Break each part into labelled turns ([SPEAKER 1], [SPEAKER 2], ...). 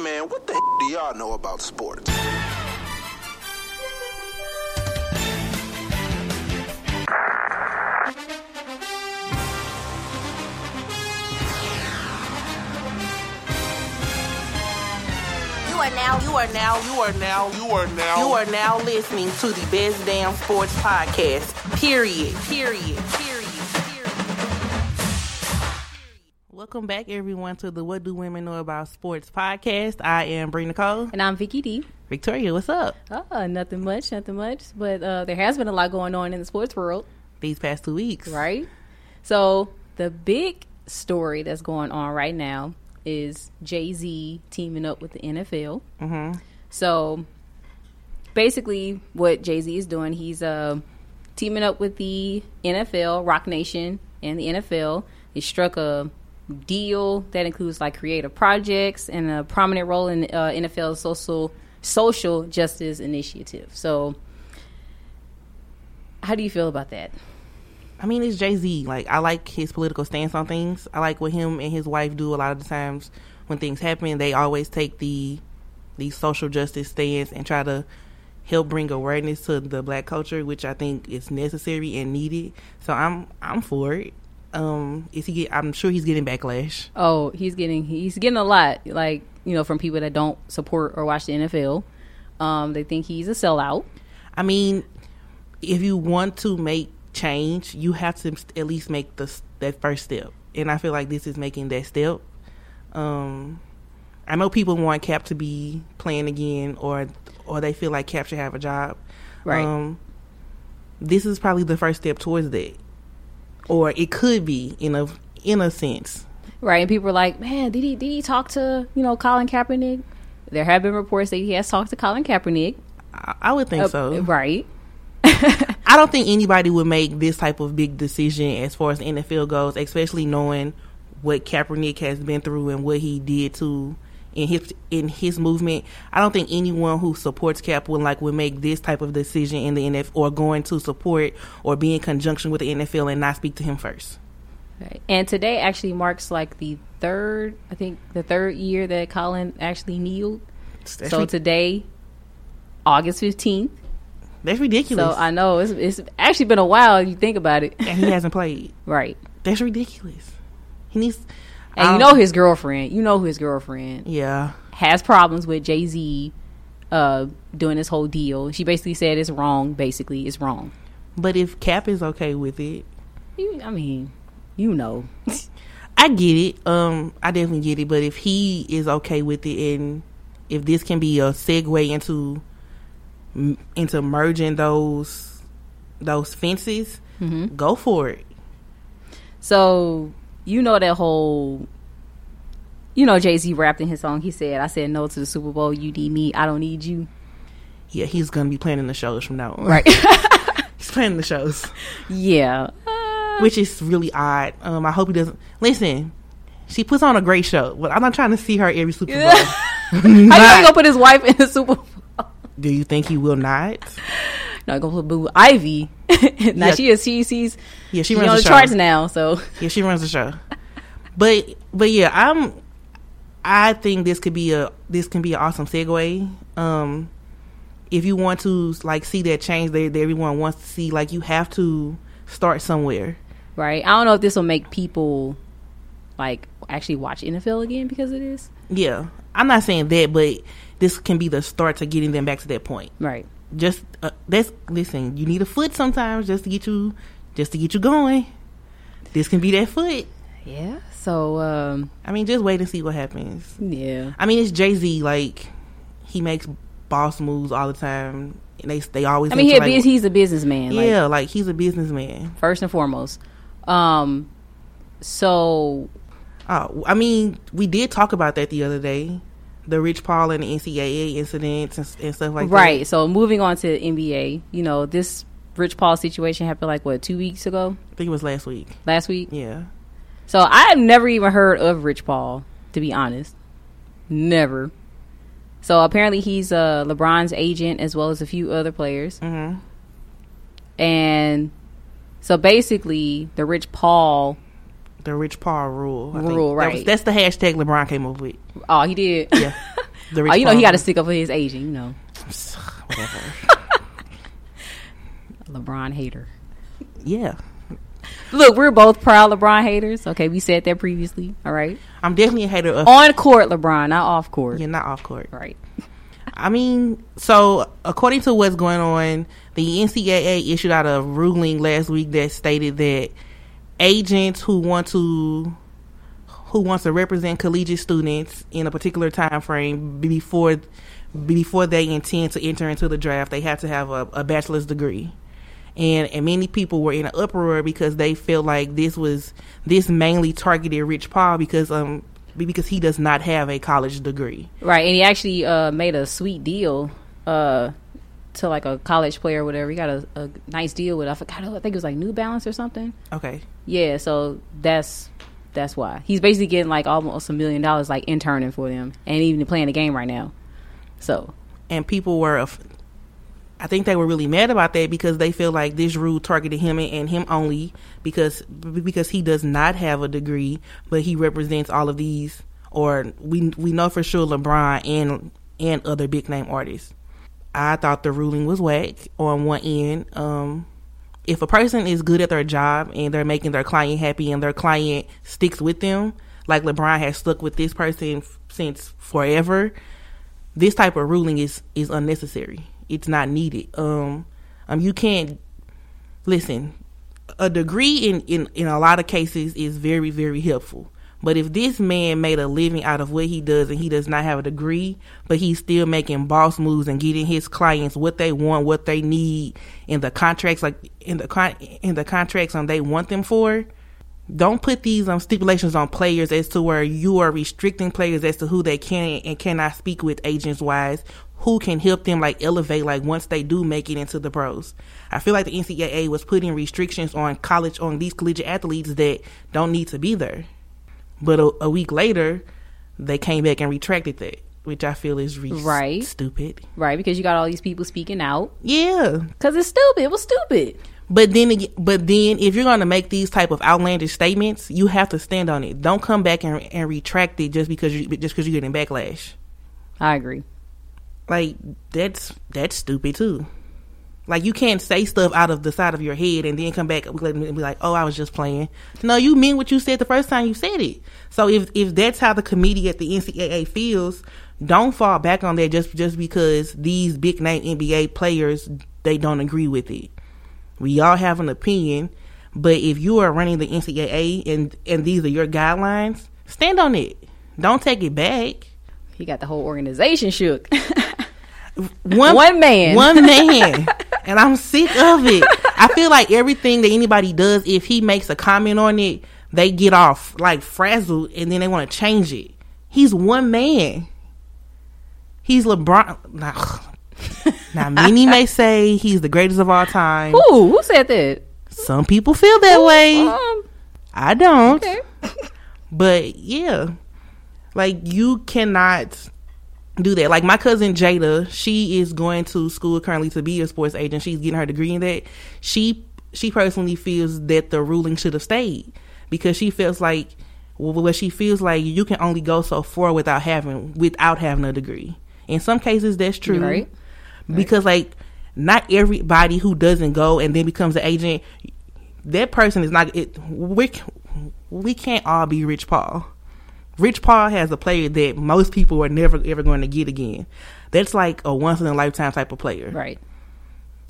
[SPEAKER 1] man, what the do y'all know about sports?
[SPEAKER 2] You are now, you are now, you are now, you are now, you are now listening to the best damn sports podcast. Period. Period. Period. Welcome back, everyone, to the What Do Women Know About Sports podcast. I am Bree Nicole.
[SPEAKER 3] And I'm Vicky D.
[SPEAKER 2] Victoria, what's up?
[SPEAKER 3] Oh, nothing much, nothing much. But uh, there has been a lot going on in the sports world,
[SPEAKER 2] These past two weeks.
[SPEAKER 3] right? So the big story that's going on right now is Jay Z teaming up with the NFL. Mm-hmm. So basically, what Jay Z is doing, he's uh, teaming up with the NFL, Rock Nation, and the NFL. He struck a deal that includes like creative projects and a prominent role in uh, NFL's social social justice initiative. So, how do you feel about that?
[SPEAKER 2] I mean, it's Jay Z. Like, I like his political stance on things. I like what him and his wife do a lot of the times when things happen. They always take the the social justice stance and try to help bring awareness to the black culture, which I think is necessary and needed. So I'm I'm for it. Um, is he? Get, I'm sure he's getting backlash.
[SPEAKER 3] Oh, he's getting he's getting a lot like you know from people that don't support or watch the NFL. Um, they think he's a sellout.
[SPEAKER 2] I mean, if you want to make change, you have to st- at least make the s- that first step. And I feel like this is making that step. Um, I know people want Cap to be playing again, or or they feel like Cap should have a job.
[SPEAKER 3] Right.
[SPEAKER 2] Um, this is probably the first step towards that, or it could be in a in a sense.
[SPEAKER 3] Right, and people are like, "Man, did he did he talk to you know Colin Kaepernick?" There have been reports that he has talked to Colin Kaepernick.
[SPEAKER 2] I, I would
[SPEAKER 3] Uh,
[SPEAKER 2] think so.
[SPEAKER 3] Right,
[SPEAKER 2] I don't think anybody would make this type of big decision as far as the NFL goes, especially knowing what Kaepernick has been through and what he did to in his in his movement. I don't think anyone who supports Cap would like would make this type of decision in the NFL or going to support or be in conjunction with the NFL and not speak to him first.
[SPEAKER 3] right. And today actually marks like the third, I think, the third year that Colin actually kneeled.
[SPEAKER 2] That's,
[SPEAKER 3] so
[SPEAKER 2] ri-
[SPEAKER 3] today, August fifteenth.
[SPEAKER 2] that's
[SPEAKER 3] So
[SPEAKER 2] ridiculous.
[SPEAKER 3] I know it's it's actually been a while. If you think about it,
[SPEAKER 2] and he hasn't played.
[SPEAKER 3] right?
[SPEAKER 2] That's ridiculous. He needs.
[SPEAKER 3] And
[SPEAKER 2] I
[SPEAKER 3] you
[SPEAKER 2] don't-
[SPEAKER 3] know his girlfriend. You know who his girlfriend
[SPEAKER 2] Yeah.
[SPEAKER 3] has problems with Jay Z uh, doing this whole deal. She basically said it's wrong. Basically, it's wrong.
[SPEAKER 2] But if Cap is okay with it,
[SPEAKER 3] You, I mean, you know,
[SPEAKER 2] I get it. Um, I definitely get it. But if he is okay with it, and if this can be a segue into m- into merging those those fences, go for it.
[SPEAKER 3] so you know that whole. You know Jay Z rapped in his song. He said, "I said no to the Super Bowl. You need me. I don't need you."
[SPEAKER 2] Yeah, he's gonna be planning the shows from now on.
[SPEAKER 3] Right.
[SPEAKER 2] he's planning the shows,
[SPEAKER 3] yeah. Uh,
[SPEAKER 2] which is really odd. Um, I hope he doesn't listen. She puts on a great show, but I'm not trying to see her every Super Bowl.
[SPEAKER 3] how you gonna put his wife in the Super Bowl?
[SPEAKER 2] Do you think he will not?
[SPEAKER 3] No, gonna put Boo Ivy. now
[SPEAKER 2] Yeah.
[SPEAKER 3] she is. She sees.
[SPEAKER 2] Yeah, she
[SPEAKER 3] She
[SPEAKER 2] runs
[SPEAKER 3] on
[SPEAKER 2] the
[SPEAKER 3] the
[SPEAKER 2] show.
[SPEAKER 3] charts now. So
[SPEAKER 2] Yeah, she runs the show. But but yeah, I'm. I think this could be a this can be an awesome segue. Um, if you want to like see that change that, that everyone wants to see, like you have to start somewhere.
[SPEAKER 3] right. I don't know if this will make people like actually watch NFL again because of this.
[SPEAKER 2] Yeah, I'm not saying that, but this can be the start to getting them back to that point.
[SPEAKER 3] Right.
[SPEAKER 2] Just uh, that's listen. You need a foot sometimes just to get you just to get you going. This can be that foot.
[SPEAKER 3] Yeah. So um
[SPEAKER 2] I mean, just wait and see what happens.
[SPEAKER 3] yeah.
[SPEAKER 2] I mean, it's Jay Z. Like he makes boss moves all the time, and they they always.
[SPEAKER 3] I mean, he
[SPEAKER 2] into,
[SPEAKER 3] a
[SPEAKER 2] like,
[SPEAKER 3] bus he's a businessman. Like,
[SPEAKER 2] yeah, like, he's a businessman.
[SPEAKER 3] first and foremost. Um. So
[SPEAKER 2] Oh, I mean, we did talk about that the other day, the Rich Paul and the NCAA incidents and, and stuff like
[SPEAKER 3] right. So moving on to NBA. You know this Rich Paul situation happened like what two weeks ago,
[SPEAKER 2] that. I think it was last week.
[SPEAKER 3] last week.
[SPEAKER 2] Yeah,
[SPEAKER 3] So I have never even heard of Rich Paul, to be honest. Never. So apparently he's uh, LeBron's agent as well as a few other players.
[SPEAKER 2] Mhm.
[SPEAKER 3] And so basically, the Rich Paul.
[SPEAKER 2] the Rich Paul rule. I think.
[SPEAKER 3] Rule,
[SPEAKER 2] That was-
[SPEAKER 3] right.
[SPEAKER 2] that's the hashtag LeBron came up with.
[SPEAKER 3] Oh, he did.
[SPEAKER 2] Yeah. The
[SPEAKER 3] Oh, you know he got to
[SPEAKER 2] response-
[SPEAKER 3] stick up for his agent. You know, LeBron hater.
[SPEAKER 2] yeah.
[SPEAKER 3] Look, we're both proud LeBron haters. Okay, we said that previously. All right,
[SPEAKER 2] I'm definitely a hater of.
[SPEAKER 3] on court LeBron, not off court.
[SPEAKER 2] You're not off court.
[SPEAKER 3] Right.
[SPEAKER 2] I mean, so according to what's going on, the NCAA issued out a ruling last week that stated that agents who want to who wants to represent collegiate students in a particular time frame before before they intend to enter into the draft, they have to have a, a bachelor's degree. And and many people were in an uproar because they felt like this was this mainly targeted Rich Paul because um because he does not have a college degree.
[SPEAKER 3] Right, and he actually uh, made a sweet deal uh, to like a college player or whatever. He got a, a nice deal with I forgot I think it was like New Balance or something.
[SPEAKER 2] Okay.
[SPEAKER 3] Yeah, so that's that's why he's basically getting like almost a million dollars like interning for them and even playing the game right now. So
[SPEAKER 2] and people were af- I think they were really mad about that because they feel like this rule targeted him and, and him only because b- because he does not have a degree, but he represents all of these or we we know for sure LeBron and and other big name artists. I thought the ruling was whack on one end. Um if a person is good at their job and they're making their client happy and their client sticks with them, like LeBron has stuck with this person f- since forever, this type of ruling is is unnecessary. It's not needed. Um, um, you can't listen. A degree in in in a lot of cases is very very helpful. But if this man made a living out of what he does and he does not have a degree, but he's still making boss moves and getting his clients what they want, what they need, and the contracts like in the con- in the contracts on they want them for, don't put these um, stipulations on players as to where you are restricting players as to who they can and cannot speak with agents wise who can help them like elevate like once they do make it into the pros i feel like the ncaa was putting restrictions on college on these collegiate athletes that don't need to be there but a, a week later they came back and retracted that which i feel is re-
[SPEAKER 3] Right.
[SPEAKER 2] stupid
[SPEAKER 3] right because you got all these people speaking out
[SPEAKER 2] yeah
[SPEAKER 3] because it's stupid. It was stupid.
[SPEAKER 2] But then, ag- but then, if you're going to make these type of outlandish statements, you have to stand on it. Don't come back and, and retract it just because you just because you're getting backlash.
[SPEAKER 3] I agree.
[SPEAKER 2] Like that's that's stupid too. Like you can't say stuff out of the side of your head and then come back and be like, "Oh, I was just playing." No, you meant what you said the first time you said it. So if if that's how the committee at the NCAA feels, don't fall back on that just just because these big name NBA players they don't agree with it. We all have an opinion, but if you are running the NCAA and and these are your guidelines, stand on it. Don't take it back.
[SPEAKER 3] He got the whole organization shook.
[SPEAKER 2] one,
[SPEAKER 3] One man.
[SPEAKER 2] one man, and I'm sick of it. I feel like everything that anybody does, if he makes a comment on it, they get off like frazzled, and then they want to change it. He's one man. He's LeBron. Nah, now, many may say he's the greatest of all time.
[SPEAKER 3] Ooh, who said that?
[SPEAKER 2] Some people feel that way.
[SPEAKER 3] Um,
[SPEAKER 2] I don't.
[SPEAKER 3] okay.
[SPEAKER 2] But yeah, like you cannot do that. Like my cousin Jada, she is going to school currently to be a sports agent. She's getting her degree in that. She she personally feels that the ruling should have stayed because she feels like what she feels like you can only go so far without having without having a degree. In some cases, that's true
[SPEAKER 3] Right.
[SPEAKER 2] because like not everybody who doesn't go and then becomes an agent that person is not it we, c- we can't all be rich paul rich paul has a player that most people are never ever going to get again that's like a once in a lifetime type of player
[SPEAKER 3] Right.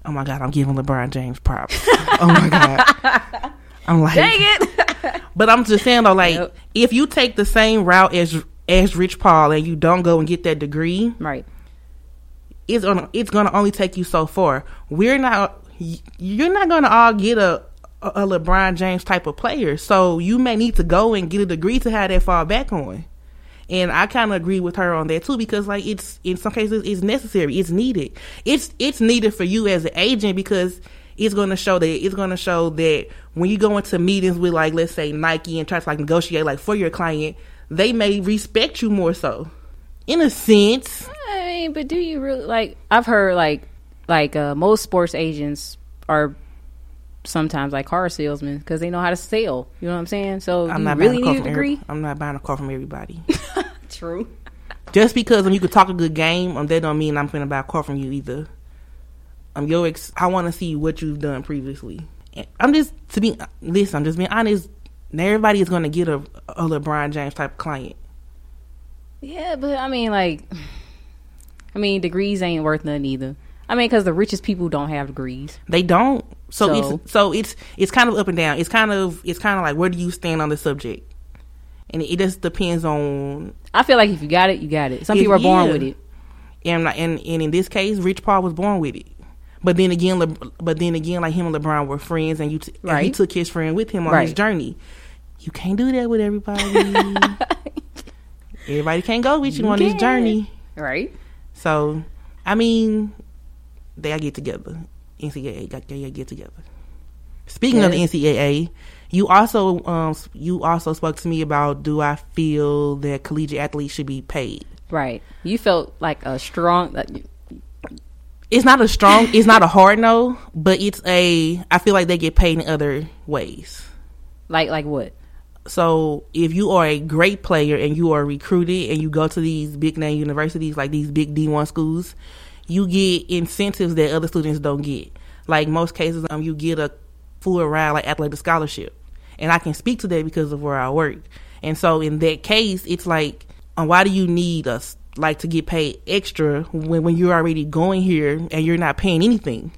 [SPEAKER 2] oh my god i'm giving lebron james props oh my god i'm like
[SPEAKER 3] Dang it.
[SPEAKER 2] but I'm just saying though, like
[SPEAKER 3] Yep.
[SPEAKER 2] if you take the same route as as Rich Paul and you don't go and get that degree,
[SPEAKER 3] right.
[SPEAKER 2] it's gonna it's gonna only take you so far. We're not y- you're not gonna all get a a LeBron James type of player, so you may need to go and get a degree to have that fall back on. And I kind of agree with her on that too, because like it's in some cases it's necessary, it's needed, it's it's needed for you as an agent because it's going to show that it's going to show that when you go into meetings with like let's say Nike and try to like negotiate like for your client, they may respect you more so, in a sense.
[SPEAKER 3] I mean, but do you really like? I've heard like like uh, most sports agents are sometimes like car salesmen because they know how to sell. You know what I'm saying? So
[SPEAKER 2] I'm
[SPEAKER 3] you
[SPEAKER 2] not buying
[SPEAKER 3] really
[SPEAKER 2] a car
[SPEAKER 3] need a
[SPEAKER 2] from
[SPEAKER 3] degree.
[SPEAKER 2] every- I'm not buying a car from everybody.
[SPEAKER 3] True.
[SPEAKER 2] Just because um, you could talk a good game, um, that don't mean I'm finna buy a car from you either. Um, your ex, I want to see what you've done previously. And I'm just to be listen. I'm just being honest. Not everybody is gonna get a, a LeBron James type client.
[SPEAKER 3] Yeah, but I mean, like, I mean, degrees ain't worth nothing either. I mean, because the richest people don't have degrees.
[SPEAKER 2] They don't. So,
[SPEAKER 3] So-
[SPEAKER 2] it's so it's it's kind of up and down. It's kind of it's kind of like where do you stand on the subject, and it just depends on
[SPEAKER 3] I feel like if you got it, you got it. Some
[SPEAKER 2] If-
[SPEAKER 3] people are born
[SPEAKER 2] yeah.
[SPEAKER 3] with it.
[SPEAKER 2] and like- and and in this case, Rich Paul was born with it. But then again, Le- but then again, like him and LeBron were friends, and you t- and he
[SPEAKER 3] Right.
[SPEAKER 2] took his friend with him on his
[SPEAKER 3] Right.
[SPEAKER 2] journey. You can't do that with everybody. Mm-hmm. everybody can't go with you,
[SPEAKER 3] You
[SPEAKER 2] on this
[SPEAKER 3] can't.
[SPEAKER 2] journey.
[SPEAKER 3] Right?
[SPEAKER 2] So, I mean, they gotta get together. NCAA got they gotta get together. Speaking of the
[SPEAKER 3] Yes.
[SPEAKER 2] NCAA, you also um s- you also spoke to me about do I feel that collegiate athletes should be paid?
[SPEAKER 3] Right. You felt like a strong. Like,
[SPEAKER 2] it's not a strong it's not a hard no but it's a i feel like they get paid in other ways
[SPEAKER 3] like, like what?
[SPEAKER 2] so if you are a great player and you are recruited and you go to these big name universities like these big d1 schools you get incentives that other students don't get like most cases um, you get a full ride like athletic scholarship and i can speak to that because of where i work and so in that case it's like um, why do you need us like to get paid extra when, when you're already going here and you're not paying anything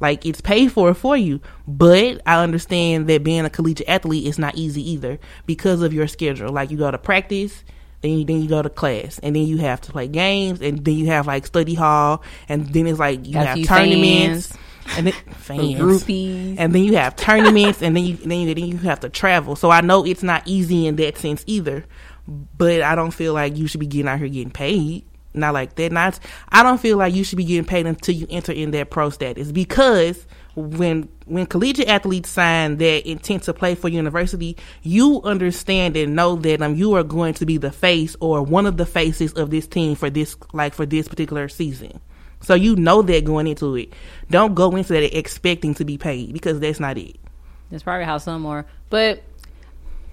[SPEAKER 2] like it's paid for for you but i understand that being a collegiate athlete is not easy either because of your schedule like you go to practice then you, then you go to class and then you have to play games and then you have like study hall and then it's like you
[SPEAKER 3] Got a
[SPEAKER 2] have
[SPEAKER 3] few
[SPEAKER 2] tournaments
[SPEAKER 3] fans.
[SPEAKER 2] and then fans
[SPEAKER 3] groupies.
[SPEAKER 2] and then you have tournaments and then you then you, then you have to travel so i know it's not easy in that sense either but i don't feel like you should be getting out here getting paid not like that not i don't feel like you should be getting paid until you enter in that pro status because when when collegiate athletes sign their intent to play for university you understand and know that um you are going to be the face or one of the faces of this team for this like for this particular season so you know that going into it. Don't go into that expecting to be paid because that's not it.
[SPEAKER 3] That's probably how some are. But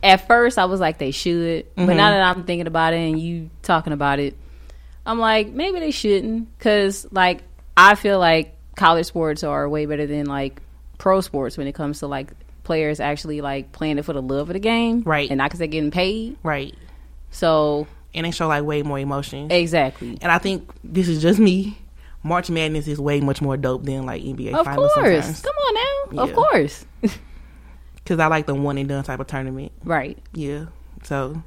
[SPEAKER 3] at first, I was like, they should. But
[SPEAKER 2] Mm-hmm.
[SPEAKER 3] now that I'm thinking about it and you talking about it, I'm like, maybe they shouldn't. Because, like, I feel like college sports are way better than, like, pro sports when it comes to, like, players actually, like, playing it for the love of the game.
[SPEAKER 2] Right.
[SPEAKER 3] And not because they're getting paid.
[SPEAKER 2] Right.
[SPEAKER 3] So,
[SPEAKER 2] And they show like way more emotion.
[SPEAKER 3] exactly.
[SPEAKER 2] And I think this is just me. March Madness is way much more dope than like NBA
[SPEAKER 3] Of
[SPEAKER 2] finals
[SPEAKER 3] course.
[SPEAKER 2] sometimes.
[SPEAKER 3] Come on now.
[SPEAKER 2] Yeah.
[SPEAKER 3] Of course.
[SPEAKER 2] Because I like the one and done type of tournament.
[SPEAKER 3] right.
[SPEAKER 2] Yeah. So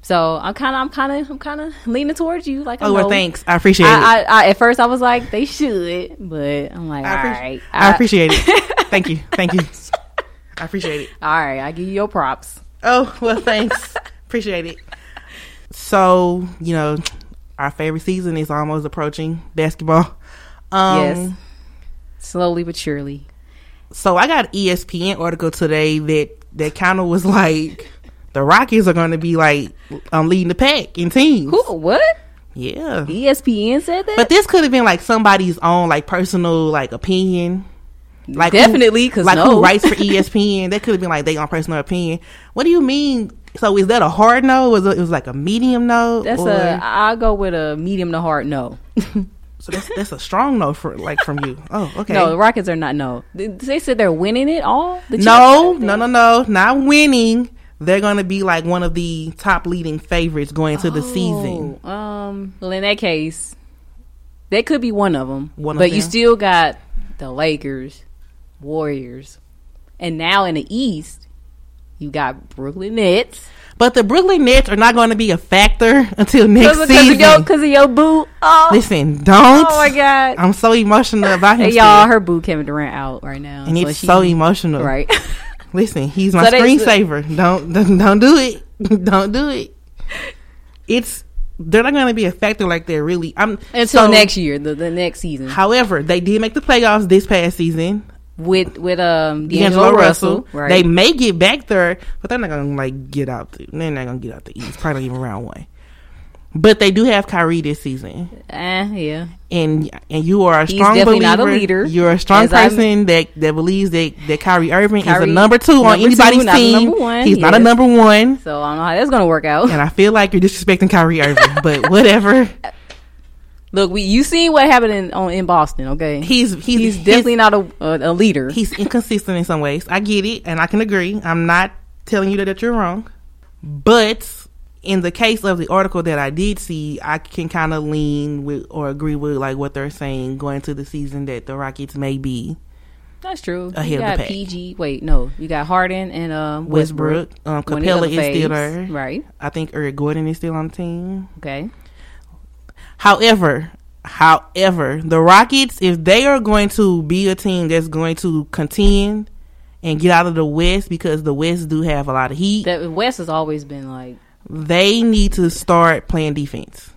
[SPEAKER 3] So I'm kind of, I'm kind of, I'm kind of leaning towards you. Like, I
[SPEAKER 2] Oh well
[SPEAKER 3] know.
[SPEAKER 2] thanks. I appreciate it.
[SPEAKER 3] I, I, I at first I was like they should, but I'm like all
[SPEAKER 2] I,
[SPEAKER 3] right,
[SPEAKER 2] appreci-
[SPEAKER 3] uh,
[SPEAKER 2] I appreciate it. Thank you. Thank you. I appreciate it.
[SPEAKER 3] All right, I give you your props.
[SPEAKER 2] Oh, well, thanks. Appreciate it. So, you know, our favorite season is almost approaching basketball. Um,
[SPEAKER 3] yes, slowly but surely.
[SPEAKER 2] So I got E ESPN article today that, that kind of was like the Rockies are going to be like um, leading the pack in teams.
[SPEAKER 3] Who? What?
[SPEAKER 2] Yeah.
[SPEAKER 3] E ESPN said that.
[SPEAKER 2] But this could have been like somebody's own like personal like opinion. Like who-
[SPEAKER 3] Definitely, 'cause
[SPEAKER 2] like
[SPEAKER 3] no.
[SPEAKER 2] who writes for E ESPN? that could have been like they own personal opinion. What do you mean? So is that a hard no? Was it, it was like a medium no?
[SPEAKER 3] that's
[SPEAKER 2] Or-
[SPEAKER 3] a. I'll go with a medium to hard no.
[SPEAKER 2] so that's, that's a strong no for like from you. Oh, okay.
[SPEAKER 3] No, the Rockets are not no. They- They said they're winning it all. The
[SPEAKER 2] no,
[SPEAKER 3] championship?
[SPEAKER 2] no, no, no, not winning. They're gonna be like one of the top leading favorites going into the season.
[SPEAKER 3] Oh, Um. Well, in that case, they could be one of them.
[SPEAKER 2] One of
[SPEAKER 3] but you
[SPEAKER 2] them.
[SPEAKER 3] still got the Lakers, Warriors, and now in the East, you got Brooklyn Nets
[SPEAKER 2] But the Brooklyn Nets are not going to be a factor until next
[SPEAKER 3] because of your
[SPEAKER 2] season.
[SPEAKER 3] because of your boo. Oh,
[SPEAKER 2] Listen, don't.
[SPEAKER 3] oh my god!
[SPEAKER 2] I'm so emotional about him.
[SPEAKER 3] Hey,
[SPEAKER 2] still.
[SPEAKER 3] y'all, her boo Kevin Durant out right now,
[SPEAKER 2] and
[SPEAKER 3] so
[SPEAKER 2] it's
[SPEAKER 3] she-
[SPEAKER 2] so emotional.
[SPEAKER 3] right.
[SPEAKER 2] Listen, he's my
[SPEAKER 3] So they-
[SPEAKER 2] screensaver. Don't, don't don't do it. don't do it. It's they're not going to be a factor like they're really. I'm
[SPEAKER 3] Until
[SPEAKER 2] so-
[SPEAKER 3] next year, the, the next season
[SPEAKER 2] However, they did make the playoffs this past season.
[SPEAKER 3] with with um
[SPEAKER 2] D'Angelo, Russell.
[SPEAKER 3] right?
[SPEAKER 2] They may get back there, but they're not going to like get out. The, they're not going to get out the East. Probably not even round one. But they do have Kyrie this season,
[SPEAKER 3] Eh, yeah.
[SPEAKER 2] and and you are a
[SPEAKER 3] He's
[SPEAKER 2] strong
[SPEAKER 3] definitely
[SPEAKER 2] believer.
[SPEAKER 3] not a leader,
[SPEAKER 2] You're a strong
[SPEAKER 3] as I'm-
[SPEAKER 2] person that that believes that that Kyrie Irving is
[SPEAKER 3] Kyrie-
[SPEAKER 2] a number two on
[SPEAKER 3] number
[SPEAKER 2] anybody's
[SPEAKER 3] two, not a
[SPEAKER 2] team.
[SPEAKER 3] number one,
[SPEAKER 2] He's not a
[SPEAKER 3] yes.
[SPEAKER 2] number one,
[SPEAKER 3] So I don't know how that's gonna work out.
[SPEAKER 2] and I feel like you're disrespecting Kyrie Irving. but whatever,
[SPEAKER 3] Look, we you seen what happened in on, in Boston, okay?
[SPEAKER 2] he's he's,
[SPEAKER 3] he's definitely not a, a, a leader.
[SPEAKER 2] he's inconsistent in some ways. I get it, and I can agree. I'm not telling you that, that you're wrong, but in the case of the article that I did see, I can kind of lean with or agree with like what they're saying going into the season that the Rockets may be
[SPEAKER 3] That's true.
[SPEAKER 2] Ahead
[SPEAKER 3] you
[SPEAKER 2] of the
[SPEAKER 3] got
[SPEAKER 2] pack.
[SPEAKER 3] PG. Wait, no, you got Harden and um, Westbrook.
[SPEAKER 2] Westbrook, um,
[SPEAKER 3] One of the
[SPEAKER 2] Capella
[SPEAKER 3] other
[SPEAKER 2] is still
[SPEAKER 3] faves.
[SPEAKER 2] there.
[SPEAKER 3] right?
[SPEAKER 2] I think Eric Gordon is still on the team.
[SPEAKER 3] Okay,
[SPEAKER 2] However, however, the Rockets, if they are going to be a team that's going to contend and get out of the West because the West do have a lot of heat,
[SPEAKER 3] that West has always been like
[SPEAKER 2] they need to start playing defense.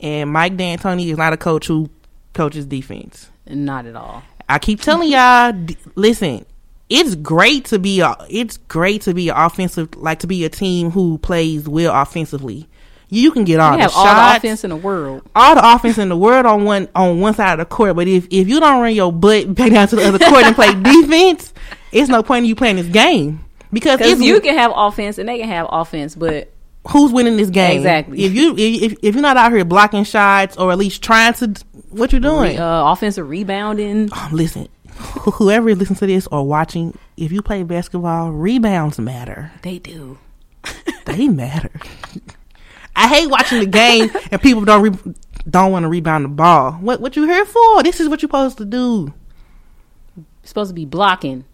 [SPEAKER 2] And Mike D'Antoni is not a coach who coaches defense.
[SPEAKER 3] not at all.
[SPEAKER 2] I keep telling y'all, d- listen, it's great to be a, it's great to be an offensive, like to be a team who plays well offensively. You can get all
[SPEAKER 3] We
[SPEAKER 2] the
[SPEAKER 3] have
[SPEAKER 2] shots,
[SPEAKER 3] all the offense in the world.
[SPEAKER 2] all the offense in the world on one on one side of the court. But if if you don't run your butt back down to the other court and play defense, it's no point in you playing this game because
[SPEAKER 3] Because
[SPEAKER 2] if
[SPEAKER 3] you can have offense and they can have offense, but
[SPEAKER 2] who's winning this game
[SPEAKER 3] Exactly.
[SPEAKER 2] If you if, if- if you're not out here blocking shots or at least trying to, d- what you doing? Um,
[SPEAKER 3] uh, offensive rebounding.
[SPEAKER 2] Listen, wh- whoever listens to this or watching, if you play basketball, rebounds matter.
[SPEAKER 3] They do.
[SPEAKER 2] They matter. I hate watching the game and people don't re- don't want to rebound the ball. What what you here for? This is what you're supposed to do.
[SPEAKER 3] You're supposed to be blocking,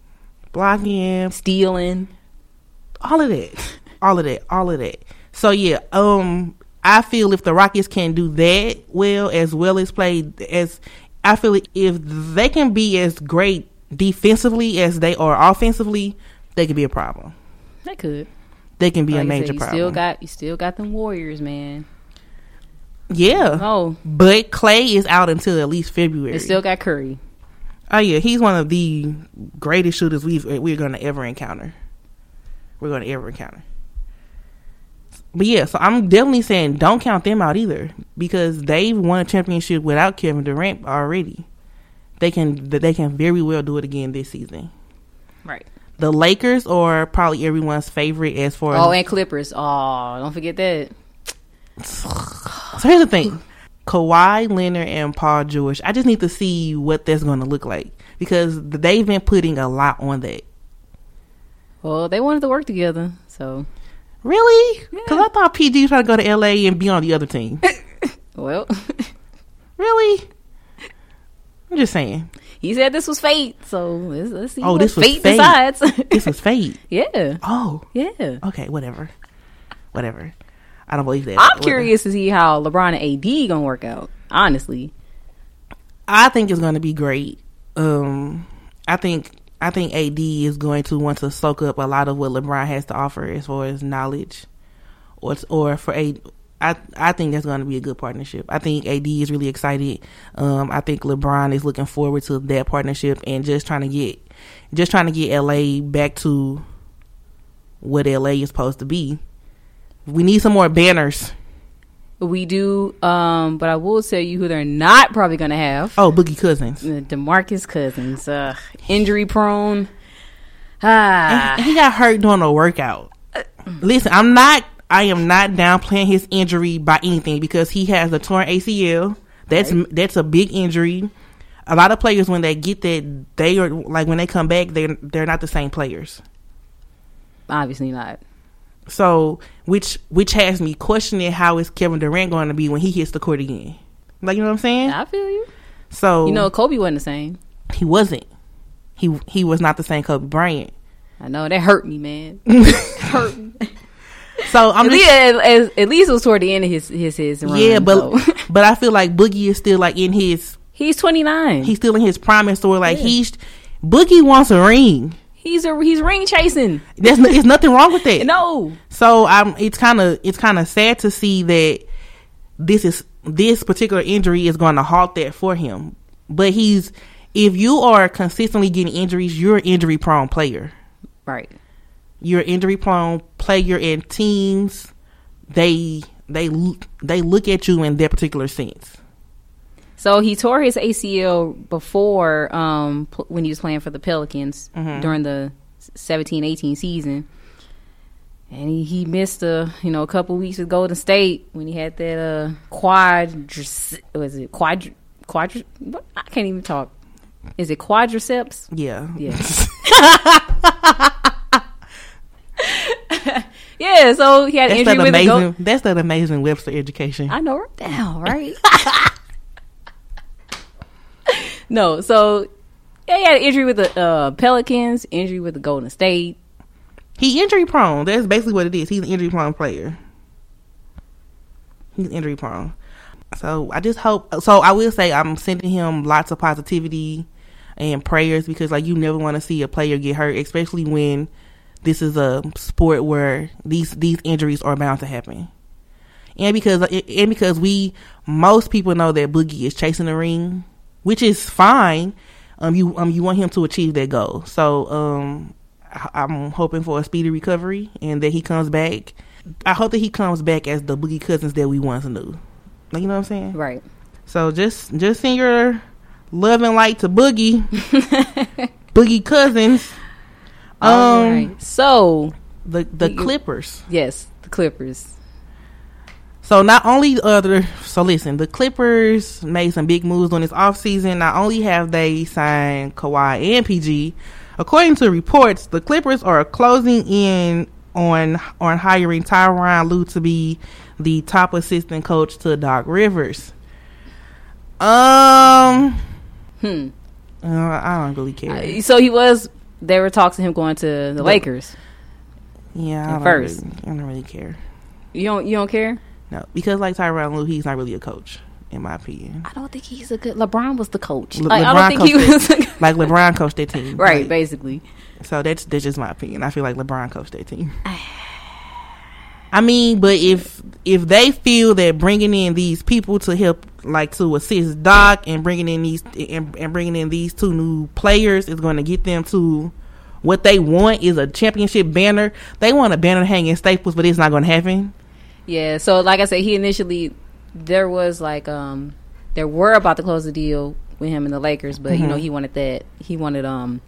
[SPEAKER 2] Blocking,
[SPEAKER 3] stealing.
[SPEAKER 2] all of that, all of that, all of that. So yeah, um, I feel if the Rockets can do that well as well as play as, I feel if they can be as great defensively as they are offensively, they could be a problem.
[SPEAKER 3] They could
[SPEAKER 2] They can be
[SPEAKER 3] Like
[SPEAKER 2] a
[SPEAKER 3] I said,
[SPEAKER 2] major
[SPEAKER 3] you
[SPEAKER 2] problem.
[SPEAKER 3] Still got you still got them Warriors, man.
[SPEAKER 2] yeah,
[SPEAKER 3] Oh,
[SPEAKER 2] but Clay is out until at least February.
[SPEAKER 3] they still got Curry.
[SPEAKER 2] oh yeah, he's one of the greatest shooters we've we're going to ever encounter. We're going to ever encounter. But yeah, so I'm definitely saying don't count them out either because they've won a championship without Kevin Durant already. They can they can very well do it again this season.
[SPEAKER 3] Right.
[SPEAKER 2] The Lakers are probably everyone's favorite as far as
[SPEAKER 3] Oh, and Clippers. Oh, don't forget that.
[SPEAKER 2] So here's the thing. Kawhi Leonard and Paul George. I just need to see what that's going to look like because they've been putting a lot on that.
[SPEAKER 3] Well, they wanted to work together, so
[SPEAKER 2] Really? Because
[SPEAKER 3] Yeah.
[SPEAKER 2] I thought PG was trying to go to LA and be on the other team.
[SPEAKER 3] well,
[SPEAKER 2] really? I'm just saying.
[SPEAKER 3] he said this was fate. So let's, let's see
[SPEAKER 2] Oh,
[SPEAKER 3] what
[SPEAKER 2] this was
[SPEAKER 3] fate,
[SPEAKER 2] fate.
[SPEAKER 3] decides.
[SPEAKER 2] This was fate.
[SPEAKER 3] yeah,
[SPEAKER 2] Oh,
[SPEAKER 3] yeah.
[SPEAKER 2] okay. Whatever. Whatever. I don't believe that.
[SPEAKER 3] I'm
[SPEAKER 2] Whatever.
[SPEAKER 3] curious to see how LeBron and AD gonna work out. Honestly,
[SPEAKER 2] I think it's going to be great. Um, I think I think AD is going to want to soak up a lot of what LeBron has to offer as far as knowledge, or or for a. I I think that's going to be a good partnership. I think AD is really excited. Um, I think LeBron is looking forward to that partnership and just trying to get, just trying to get LA back to what LA is supposed to be. We need some more banners.
[SPEAKER 3] we do. Um, but I will tell you who they're not probably gonna have.
[SPEAKER 2] Oh, Boogie Cousins.
[SPEAKER 3] Uh, Demarcus Cousins, uh, injury prone. Ah,
[SPEAKER 2] And he got hurt doing a workout. Listen, I'm not. I am not downplaying his injury by anything because he has a torn ACL. That's that's a big injury. A lot of players when they get that, they are like when they come back, they are they're not the same players.
[SPEAKER 3] obviously not.
[SPEAKER 2] So which which has me questioning how is Kevin Durant going to be when he hits the court again? Like you know what I'm saying?
[SPEAKER 3] I feel you.
[SPEAKER 2] So
[SPEAKER 3] You know, Kobe wasn't the same.
[SPEAKER 2] he wasn't. He he was not the same Kobe Bryant.
[SPEAKER 3] I know that hurt me, man. hurt me.
[SPEAKER 2] So I'm just
[SPEAKER 3] At least, at, at least it was toward the end of his his his run.
[SPEAKER 2] yeah, but
[SPEAKER 3] so.
[SPEAKER 2] but I feel like Boogie is still like in his
[SPEAKER 3] he's twenty nine.
[SPEAKER 2] he's still in his prime and story. Like he's Boogie wants a ring.
[SPEAKER 3] He's a he's ring chasing.
[SPEAKER 2] There's no, it's nothing wrong with that.
[SPEAKER 3] No,
[SPEAKER 2] So I'm. It's kind of it's kind of sad to see that this is this particular injury is going to halt that for him. But he's if you are consistently getting injuries, you're an injury prone player.
[SPEAKER 3] right.
[SPEAKER 2] You're an injury prone player, and teams they they l- they look at you in that particular sense.
[SPEAKER 3] So he tore his ACL before um, pl- when he was playing for the Pelicans
[SPEAKER 2] Mm-hmm.
[SPEAKER 3] during the 17-18 season. And he, he missed a you know a couple weeks with Golden State when he had that uh quadric was it quadri quadri what? I can't even talk. Is it quadriceps?
[SPEAKER 2] Yeah,
[SPEAKER 3] Yeah. yeah. So he had an
[SPEAKER 2] that's
[SPEAKER 3] injury
[SPEAKER 2] that
[SPEAKER 3] with the Gol-
[SPEAKER 2] amazing. That's that amazing Webster education.
[SPEAKER 3] I know right now, right? no, so yeah, he had an injury with the uh, Pelicans, injury with the Golden State.
[SPEAKER 2] He injury prone. That's basically what it is. He's an injury prone player. He's injury prone. So I just hope. So I will say I'm sending him lots of positivity and prayers because like you never want to see a player get hurt, especially when this is a sport where these these injuries are bound to happen. And because and because we most people know that Boogie is chasing the ring, which is fine. Um, you um you want him to achieve that goal. So um, I- I'm hoping for a speedy recovery and that he comes back. I hope that he comes back as the Boogie Cousins that we once knew. Like you know what I'm saying?
[SPEAKER 3] Right.
[SPEAKER 2] So just just send your love and light to Boogie, Boogie Cousins,
[SPEAKER 3] All
[SPEAKER 2] Um,
[SPEAKER 3] right. So
[SPEAKER 2] the the
[SPEAKER 3] You-
[SPEAKER 2] Clippers.
[SPEAKER 3] yes, the Clippers.
[SPEAKER 2] So not only the other so listen, the Clippers made some big moves on this offseason. Not only have they signed Kawhi and PG, according to reports, the Clippers are closing in on on hiring Tyronn Lue to be the top assistant coach to Doc Rivers. Um
[SPEAKER 3] Hmm.
[SPEAKER 2] uh, I don't really care.
[SPEAKER 3] Uh, So he was. There were talks of him going to the Lakers.
[SPEAKER 2] yeah, I
[SPEAKER 3] at
[SPEAKER 2] don't,
[SPEAKER 3] first.
[SPEAKER 2] Really, I don't really care.
[SPEAKER 3] You don't. You don't care.
[SPEAKER 2] No, because like Tyronn Lue, he's not really a coach, in my opinion.
[SPEAKER 3] I don't think he's a good. LeBron was the coach.
[SPEAKER 2] Le-
[SPEAKER 3] like, I don't
[SPEAKER 2] LeBron
[SPEAKER 3] think he was. A good,
[SPEAKER 2] Like LeBron coached their team,
[SPEAKER 3] right.
[SPEAKER 2] Like,
[SPEAKER 3] Basically.
[SPEAKER 2] So that's that's just my opinion. I feel like LeBron coached that team. I mean, but if if they feel that bringing in these people to help, like to assist Doc and bringing in these and, and bringing in these two new players is going to get them to what they want is a championship banner. They want a banner hanging Staples, but it's not going to happen.
[SPEAKER 3] Yeah, so like I said, he initially there was like um there were about to close the deal with him and the Lakers, but you know
[SPEAKER 2] Mm-hmm.
[SPEAKER 3] he wanted that he wanted um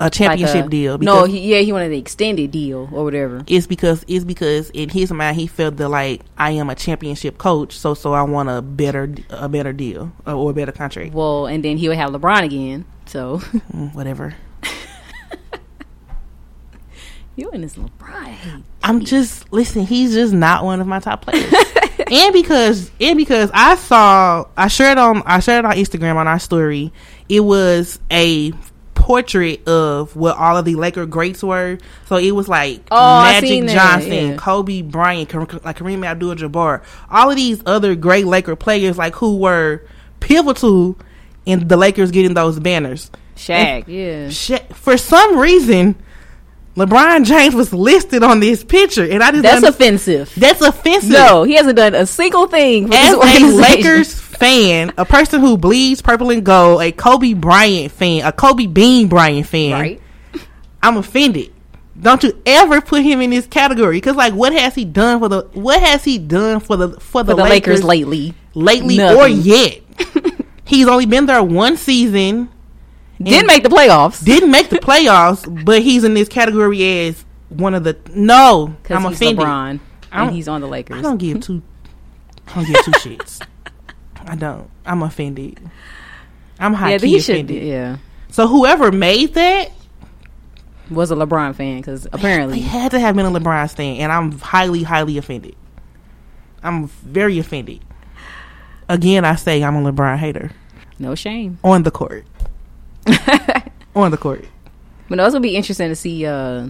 [SPEAKER 2] A
[SPEAKER 3] like
[SPEAKER 2] championship
[SPEAKER 3] a-
[SPEAKER 2] deal.
[SPEAKER 3] No,
[SPEAKER 2] because-
[SPEAKER 3] he, yeah, he wanted the extended deal or whatever.
[SPEAKER 2] It's because it's because in his mind he felt that like I am a championship coach, so so I want a better a better deal or, or a better contract,
[SPEAKER 3] Well, and then he would have LeBron again. So
[SPEAKER 2] Mm, whatever.
[SPEAKER 3] you and this LeBron, hate.
[SPEAKER 2] I'm just listen. He's just not one of my top players, and because and because I saw I shared on I shared on Instagram on our story. It was a portrait of what all of the Laker greats were. So it was like
[SPEAKER 3] Oh, I
[SPEAKER 2] Magic
[SPEAKER 3] seen that,
[SPEAKER 2] Johnson,
[SPEAKER 3] yeah.
[SPEAKER 2] Kobe Bryant, Kar- like Kareem Abdul-Jabbar, all of these other great Laker players, like who were pivotal in the Lakers getting those banners.
[SPEAKER 3] Shaq, yeah,
[SPEAKER 2] Shit, for some reason, LeBron James was listed on this picture, and I just
[SPEAKER 3] that's
[SPEAKER 2] under-
[SPEAKER 3] offensive.
[SPEAKER 2] that's offensive.
[SPEAKER 3] No, he hasn't done a single thing for
[SPEAKER 2] As
[SPEAKER 3] this
[SPEAKER 2] a
[SPEAKER 3] organization.
[SPEAKER 2] Lakers fan, a person who bleeds purple and gold, a Kobe Bryant fan, a Kobe Bean Bryant fan,
[SPEAKER 3] right?
[SPEAKER 2] I'm offended. Don't you ever put him in this category? Because like, what has he done for the? What has he done for the for the,
[SPEAKER 3] For the Lakers, lately,
[SPEAKER 2] lately
[SPEAKER 3] Nothing.
[SPEAKER 2] or yet? He's only been there one season.
[SPEAKER 3] didn't make the playoffs
[SPEAKER 2] didn't make the playoffs, but he's in this category as one of the no.
[SPEAKER 3] because
[SPEAKER 2] I'm
[SPEAKER 3] he's
[SPEAKER 2] offended.
[SPEAKER 3] LeBron
[SPEAKER 2] I don't-
[SPEAKER 3] and he's on the Lakers.
[SPEAKER 2] I don't give two. I don't give two shits. I don't. I'm offended. I'm high
[SPEAKER 3] yeah, but
[SPEAKER 2] key
[SPEAKER 3] he should.
[SPEAKER 2] offended.
[SPEAKER 3] Yeah.
[SPEAKER 2] So whoever made that,
[SPEAKER 3] was a LeBron fan because apparently
[SPEAKER 2] they had to have been a LeBron stand, and I'm highly, highly offended. I'm very offended. Again, I say I'm a LeBron hater
[SPEAKER 3] no shame.
[SPEAKER 2] on the court. on the court.
[SPEAKER 3] But no, it's gonna be interesting to see. Uh,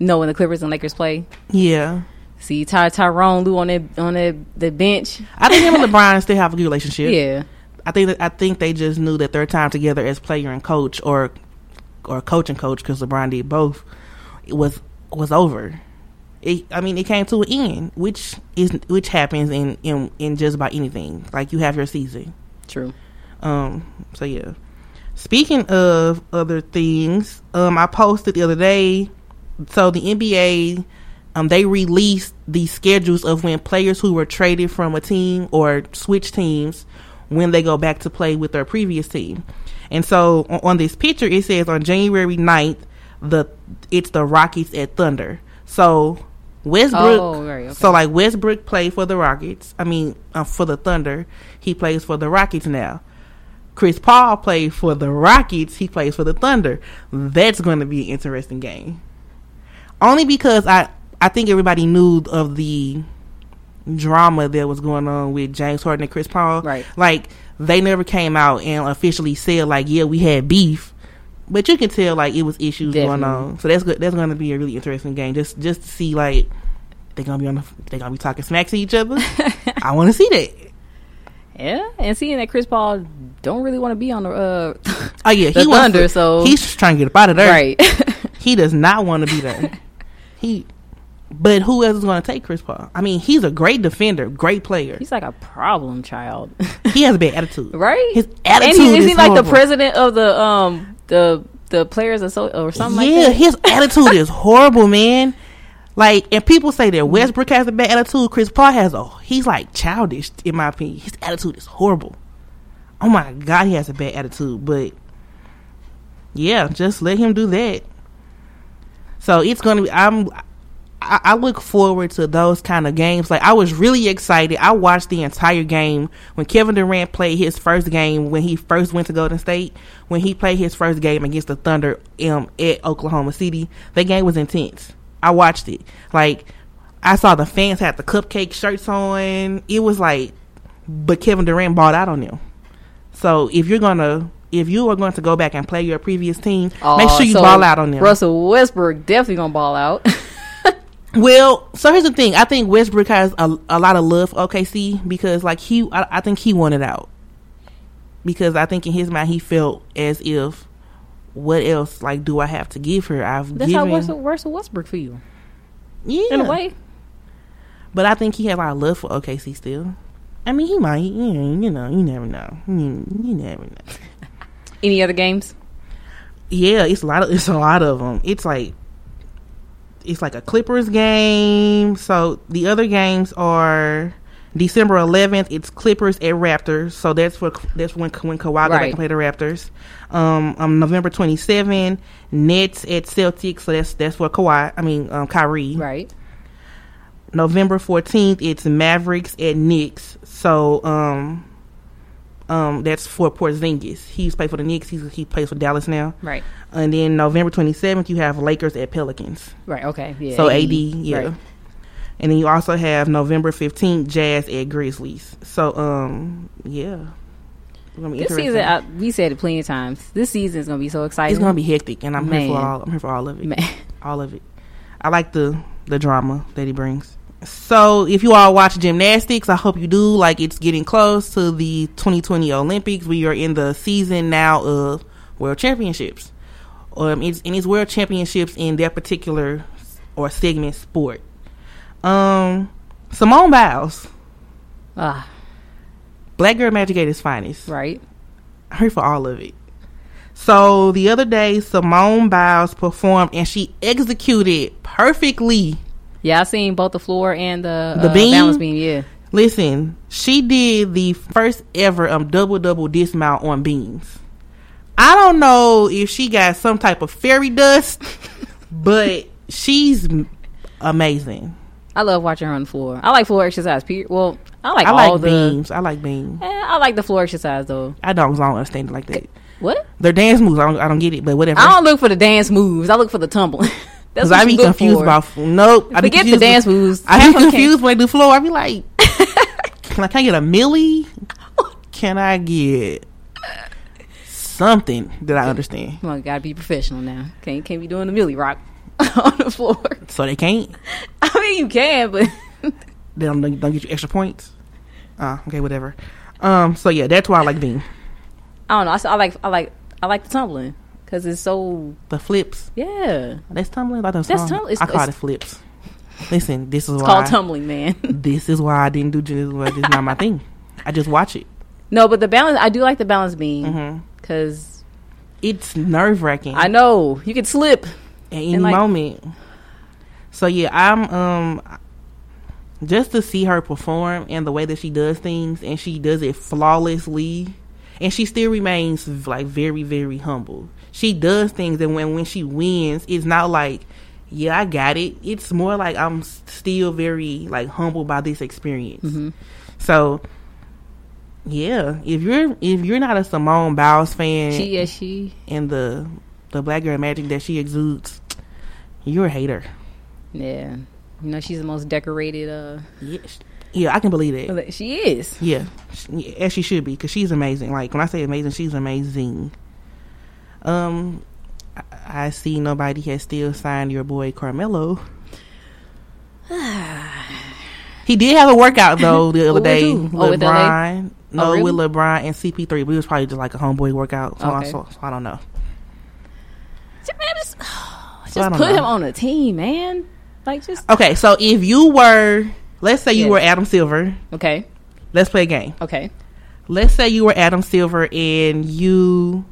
[SPEAKER 3] know when the Clippers and Lakers play.
[SPEAKER 2] Yeah.
[SPEAKER 3] See Ty Tyrone Lou on that on that the bench.
[SPEAKER 2] I think him and LeBron still have a good relationship.
[SPEAKER 3] Yeah,
[SPEAKER 2] I think that, I think they just knew that their time together as player and coach, or or coach and coach, because LeBron did both, it was was over. It, I mean, it came to an end, which is which happens in in in just about anything. Like you have your season.
[SPEAKER 3] true.
[SPEAKER 2] Um. So yeah. Speaking of other things, um, I posted the other day. So the NBA um, they released the schedules of when players who were traded from a team or switch teams when they go back to play with their previous team. And so on, on this picture, it says on January 9th, the it's the Rockets at Thunder. So Westbrook,
[SPEAKER 3] Oh, right, okay.
[SPEAKER 2] so like Westbrook played for the Rockets. I mean, uh, for the Thunder, he plays for the Rockets now. Chris Paul played for the Rockets. He plays for the Thunder. That's going to be an interesting game. Only because I I think everybody knew of the drama that was going on with James Harden and Chris Paul.
[SPEAKER 3] Right.
[SPEAKER 2] Like they never came out and officially said like, yeah, we had beef. But you can tell like it was issues going
[SPEAKER 3] Definitely.
[SPEAKER 2] on. So that's good. That's going to be a really interesting game. Just just to see like they're gonna be on the they're gonna be talking smack to each other. I want to see that.
[SPEAKER 3] Yeah, and seeing that Chris Paul don't really want to be on the uh,
[SPEAKER 2] Oh yeah,
[SPEAKER 3] the
[SPEAKER 2] he wants
[SPEAKER 3] Thunder,
[SPEAKER 2] to-
[SPEAKER 3] so
[SPEAKER 2] he's just trying to get up out of there.
[SPEAKER 3] right.
[SPEAKER 2] He does not want to be there. he, but who else is going to take Chris Paul? I mean, he's a great defender, great player.
[SPEAKER 3] he's like a problem child,
[SPEAKER 2] he has a bad attitude,
[SPEAKER 3] right?
[SPEAKER 2] His
[SPEAKER 3] and
[SPEAKER 2] attitude
[SPEAKER 3] he, is
[SPEAKER 2] is
[SPEAKER 3] he like the
[SPEAKER 2] horrible.
[SPEAKER 3] president of the um the the players asso- or something
[SPEAKER 2] yeah,
[SPEAKER 3] like that?
[SPEAKER 2] his attitude is horrible, man. Like, and people say that Westbrook has a bad attitude. Chris Paul has a. He's like childish, in my opinion. His attitude is horrible. Oh my god, he has a bad attitude. But yeah, just let him do that. So it's gonna be. I'm. I, I look forward to those kind of games. Like I was really excited. I watched the entire game when Kevin Durant played his first game when he first went to Golden State. When he played his first game against the Thunder um, at Oklahoma City, that game was intense. I watched it. Like I saw the fans had the cupcake shirts on. It was like, but Kevin Durant bought out on them. So if you're gonna, if you are going to go back and play your previous team, make
[SPEAKER 3] Oh,
[SPEAKER 2] sure you
[SPEAKER 3] so
[SPEAKER 2] ball out on them.
[SPEAKER 3] Russell Westbrook definitely gonna ball out.
[SPEAKER 2] Well, so here's the thing. I think Westbrook has a, a lot of love for OKC because, like, he, I, I think he wanted out. Because I think in his mind, he felt as if, what else, like, do I have to give her? I've
[SPEAKER 3] That's how
[SPEAKER 2] given.
[SPEAKER 3] Russell, Russell Westbrook feel
[SPEAKER 2] yeah.
[SPEAKER 3] in a way.
[SPEAKER 2] But I think he had a lot of love for OKC still. I mean, he might, you know, you, know, you never know. You, you never know.
[SPEAKER 3] Any other games?
[SPEAKER 2] Yeah, it's a lot of it's a lot of them. It's like it's like a Clippers game. So the other games are December 11th. It's Clippers at Raptors. So that's for that's when when Kawhi go back
[SPEAKER 3] Right.
[SPEAKER 2] and play the Raptors. Um, um November 27th, Nets at Celtics. So that's that's for Kawhi. I mean um, Kyrie.
[SPEAKER 3] Right.
[SPEAKER 2] November 14th, it's Mavericks at Knicks. So, um, um, that's for Porzingis. He's played for the Knicks. He's, he plays for Dallas now.
[SPEAKER 3] Right.
[SPEAKER 2] And then November 27th, you have Lakers at Pelicans.
[SPEAKER 3] Right. Okay. Yeah.
[SPEAKER 2] so, AD, yeah.
[SPEAKER 3] Right.
[SPEAKER 2] And then you also have November 15th, Jazz at Grizzlies. So, um, yeah. It's gonna be
[SPEAKER 3] This
[SPEAKER 2] interesting.
[SPEAKER 3] season, I, we said it plenty of times. This season is gonna be so exciting.
[SPEAKER 2] it's gonna be hectic, and I'm here for
[SPEAKER 3] Man.
[SPEAKER 2] all. I'm here for all of it.
[SPEAKER 3] Man.
[SPEAKER 2] all of it. I like the the drama that he brings. So, if you all watch gymnastics, I hope you do. Like, it's getting close to the 2020 Olympics. We are in the season now of World Championships. Um, it's, and it's World Championships in that particular s- or segment sport. Um, Simone Biles,
[SPEAKER 3] Ah,
[SPEAKER 2] Black Girl Magic at its finest.
[SPEAKER 3] right.
[SPEAKER 2] I'm here for all of it. So the other day, Simone Biles performed and she executed perfectly.
[SPEAKER 3] Yeah, I seen both the floor and the
[SPEAKER 2] The
[SPEAKER 3] uh,
[SPEAKER 2] beam?
[SPEAKER 3] balance beam. Yeah.
[SPEAKER 2] Listen, she did the first ever um double double dismount on beams. I don't know if she got some type of fairy dust, but she's m- amazing.
[SPEAKER 3] I love watching her on the floor. I like floor exercise. Period. Well, I like
[SPEAKER 2] I
[SPEAKER 3] all
[SPEAKER 2] like
[SPEAKER 3] the.
[SPEAKER 2] beams. I like beams.
[SPEAKER 3] Eh, I like the floor exercise though.
[SPEAKER 2] I don't, I don't understand it like that.
[SPEAKER 3] What?
[SPEAKER 2] Their dance moves, I don't, I don't get it, but whatever.
[SPEAKER 3] I don't look for the dance moves. I look for the tumbling. That's
[SPEAKER 2] Cause
[SPEAKER 3] what
[SPEAKER 2] I be
[SPEAKER 3] you look
[SPEAKER 2] confused
[SPEAKER 3] for.
[SPEAKER 2] about nope. I be
[SPEAKER 3] Forget the
[SPEAKER 2] confused
[SPEAKER 3] dance
[SPEAKER 2] with-
[SPEAKER 3] moves.
[SPEAKER 2] I
[SPEAKER 3] Half
[SPEAKER 2] be
[SPEAKER 3] of them
[SPEAKER 2] confused when they do floor. I be like, can I, can I get a millie? Can I get something that I understand?
[SPEAKER 3] Come on, gotta be professional now. Can't can't be doing the Millie Rock on the floor.
[SPEAKER 2] So they can't.
[SPEAKER 3] I mean, you can, but
[SPEAKER 2] They don't, don't get you extra points. Uh, okay, whatever. Um, so yeah, that's why I like being
[SPEAKER 3] I don't know. I, s- I like I like I like the tumbling because it's so
[SPEAKER 2] the flips.
[SPEAKER 3] yeah.
[SPEAKER 2] That's tumbling. Like
[SPEAKER 3] That's tumbling. It's-
[SPEAKER 2] I call it
[SPEAKER 3] it's-
[SPEAKER 2] flips. Listen, this is
[SPEAKER 3] It's
[SPEAKER 2] why
[SPEAKER 3] called tumbling, man.
[SPEAKER 2] this is why I didn't do this. Is why this is not my thing. I just watch it.
[SPEAKER 3] no, but the balance. I do like the balance beam
[SPEAKER 2] hmm
[SPEAKER 3] because
[SPEAKER 2] It's nerve wracking.
[SPEAKER 3] I know you can slip.
[SPEAKER 2] at any
[SPEAKER 3] And, like-
[SPEAKER 2] moment. So yeah, I'm um just to see her perform and the way that she does things and she does it flawlessly and she still remains like very very humble. She does things and when when she wins, it's not like yeah, I got it. It's more like I'm s- still very like humbled by this experience.
[SPEAKER 3] Mm-hmm.
[SPEAKER 2] So yeah, if you're if you're not a Simone Biles fan
[SPEAKER 3] She yeah she
[SPEAKER 2] and the the black girl magic that she exudes, you're a hater.
[SPEAKER 3] yeah. You know she's the most decorated. Uh,
[SPEAKER 2] Yes. Yeah, I can believe that.
[SPEAKER 3] she is.
[SPEAKER 2] Yeah, she, as she should be because she's amazing. Like when I say amazing, she's amazing. Um, I, I see nobody has still signed your boy Carmelo. he did have a workout though the other
[SPEAKER 3] with
[SPEAKER 2] day.
[SPEAKER 3] who? Oh, with
[SPEAKER 2] LeBron, no,
[SPEAKER 3] Oh, really?
[SPEAKER 2] with LeBron and CP3, but it was probably just like a homeboy workout. So, I,
[SPEAKER 3] Okay.
[SPEAKER 2] so, so I don't know.
[SPEAKER 3] Just, man, just, just
[SPEAKER 2] I don't
[SPEAKER 3] put
[SPEAKER 2] know.
[SPEAKER 3] him on a team, man. Like just
[SPEAKER 2] Okay, so if you were, let's say you
[SPEAKER 3] Yes.
[SPEAKER 2] were Adam Silver.
[SPEAKER 3] okay,
[SPEAKER 2] Let's play a game.
[SPEAKER 3] okay.
[SPEAKER 2] let's say you were Adam Silver and you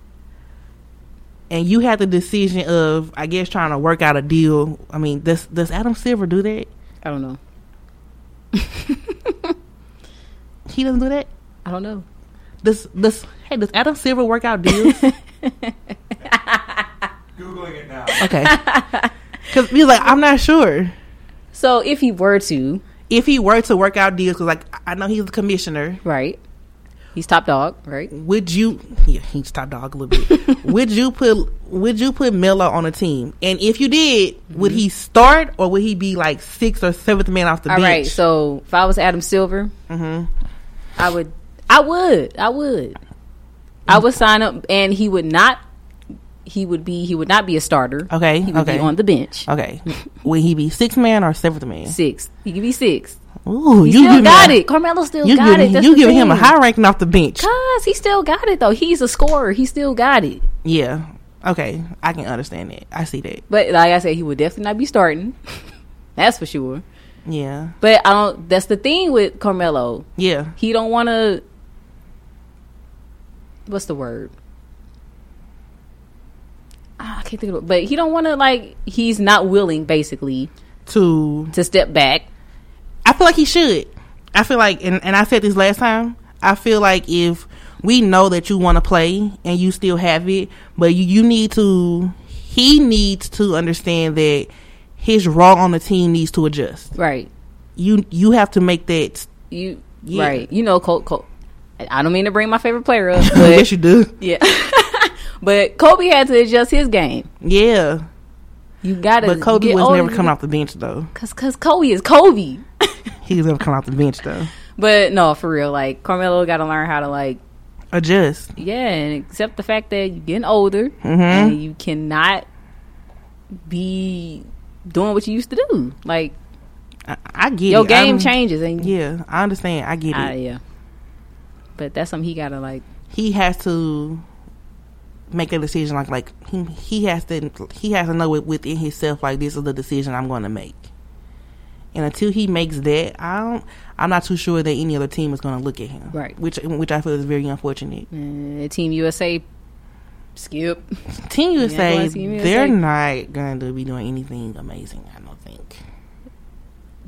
[SPEAKER 2] and you had the decision of I guess trying to work out a deal. I mean, does does Adam Silver do that?
[SPEAKER 3] I don't know.
[SPEAKER 2] He doesn't do that.
[SPEAKER 3] I don't know.
[SPEAKER 2] Does does hey does Adam Silver work out deals?
[SPEAKER 4] Googling it now.
[SPEAKER 2] Okay, because he's like I'm not sure
[SPEAKER 3] So if he were to
[SPEAKER 2] if he were to work out deals because like I know he's the commissioner.
[SPEAKER 3] right, he's top dog, right?
[SPEAKER 2] Would you? Yeah, he's top dog a little bit. would you put Would you put Miller on a team? And if you did, would he start or would he be like sixth or seventh man off the
[SPEAKER 3] All
[SPEAKER 2] bench?
[SPEAKER 3] right. So if I was Adam Silver,
[SPEAKER 2] Mm-hmm.
[SPEAKER 3] I would, I would, I would, I would sign up, and he would not. He would be. He would not be a starter.
[SPEAKER 2] Okay,
[SPEAKER 3] He would
[SPEAKER 2] okay. Uh,
[SPEAKER 3] be on the bench.
[SPEAKER 2] Okay. Will he be sixth man or seventh man?
[SPEAKER 3] Six. He could be six.
[SPEAKER 2] Ooh,
[SPEAKER 3] He
[SPEAKER 2] you
[SPEAKER 3] still
[SPEAKER 2] give
[SPEAKER 3] got
[SPEAKER 2] him,
[SPEAKER 3] it. Carmelo still
[SPEAKER 2] You
[SPEAKER 3] got
[SPEAKER 2] give
[SPEAKER 3] it. That's
[SPEAKER 2] you
[SPEAKER 3] the
[SPEAKER 2] giving him a
[SPEAKER 3] thing.
[SPEAKER 2] high ranking off the bench.
[SPEAKER 3] Cause he still got it though. He's a scorer. He still got it.
[SPEAKER 2] Yeah. Okay, I can understand that. I see that.
[SPEAKER 3] But like I said, he would definitely not be starting. that's for sure.
[SPEAKER 2] Yeah.
[SPEAKER 3] But I don't. That's the thing with Carmelo.
[SPEAKER 2] Yeah.
[SPEAKER 3] He don't want to. What's the word? Ah, I can't think of it. But he don't want to like. He's not willing, basically,
[SPEAKER 2] To
[SPEAKER 3] to step back.
[SPEAKER 2] I feel like he should. I feel like and, and I said this last time, I feel like if we know that you want to play and you still have it, but you, you need to he needs to understand that his role on the team needs to adjust.
[SPEAKER 3] Right.
[SPEAKER 2] You you have to make that
[SPEAKER 3] You.
[SPEAKER 2] Yeah.
[SPEAKER 3] Right. You know, Col Col I don't mean to bring my favorite player up, but
[SPEAKER 2] yes you do.
[SPEAKER 3] yeah. but Kobe had to adjust his game.
[SPEAKER 2] Yeah.
[SPEAKER 3] You gotta.
[SPEAKER 2] But Kobe
[SPEAKER 3] get
[SPEAKER 2] was
[SPEAKER 3] older.
[SPEAKER 2] never coming off the bench though.
[SPEAKER 3] Cause, cause Kobe is Kobe.
[SPEAKER 2] He was never coming off the bench though.
[SPEAKER 3] but no, for real, like Carmelo got to learn how to like,
[SPEAKER 2] Adjust.
[SPEAKER 3] yeah, and accept the fact that you're getting older
[SPEAKER 2] Mm-hmm.
[SPEAKER 3] and you cannot be doing what you used to do. Like
[SPEAKER 2] I, I get
[SPEAKER 3] your
[SPEAKER 2] it.
[SPEAKER 3] game
[SPEAKER 2] I'm-
[SPEAKER 3] changes, and yeah,
[SPEAKER 2] Yeah, I understand. I get it.
[SPEAKER 3] yeah. But that's something he gotta like.
[SPEAKER 2] He has to make a decision. Like like he he has to he has to know it within himself. Like this is the decision I'm going to make. And until he makes that, I don't. I'm not too sure that any other team is going to look at him.
[SPEAKER 3] Right.
[SPEAKER 2] Which which I feel is very unfortunate.
[SPEAKER 3] Uh, Team USA, skip.
[SPEAKER 2] Team USA,
[SPEAKER 3] going to Team USA.
[SPEAKER 2] they're not going to be doing anything amazing. I don't think.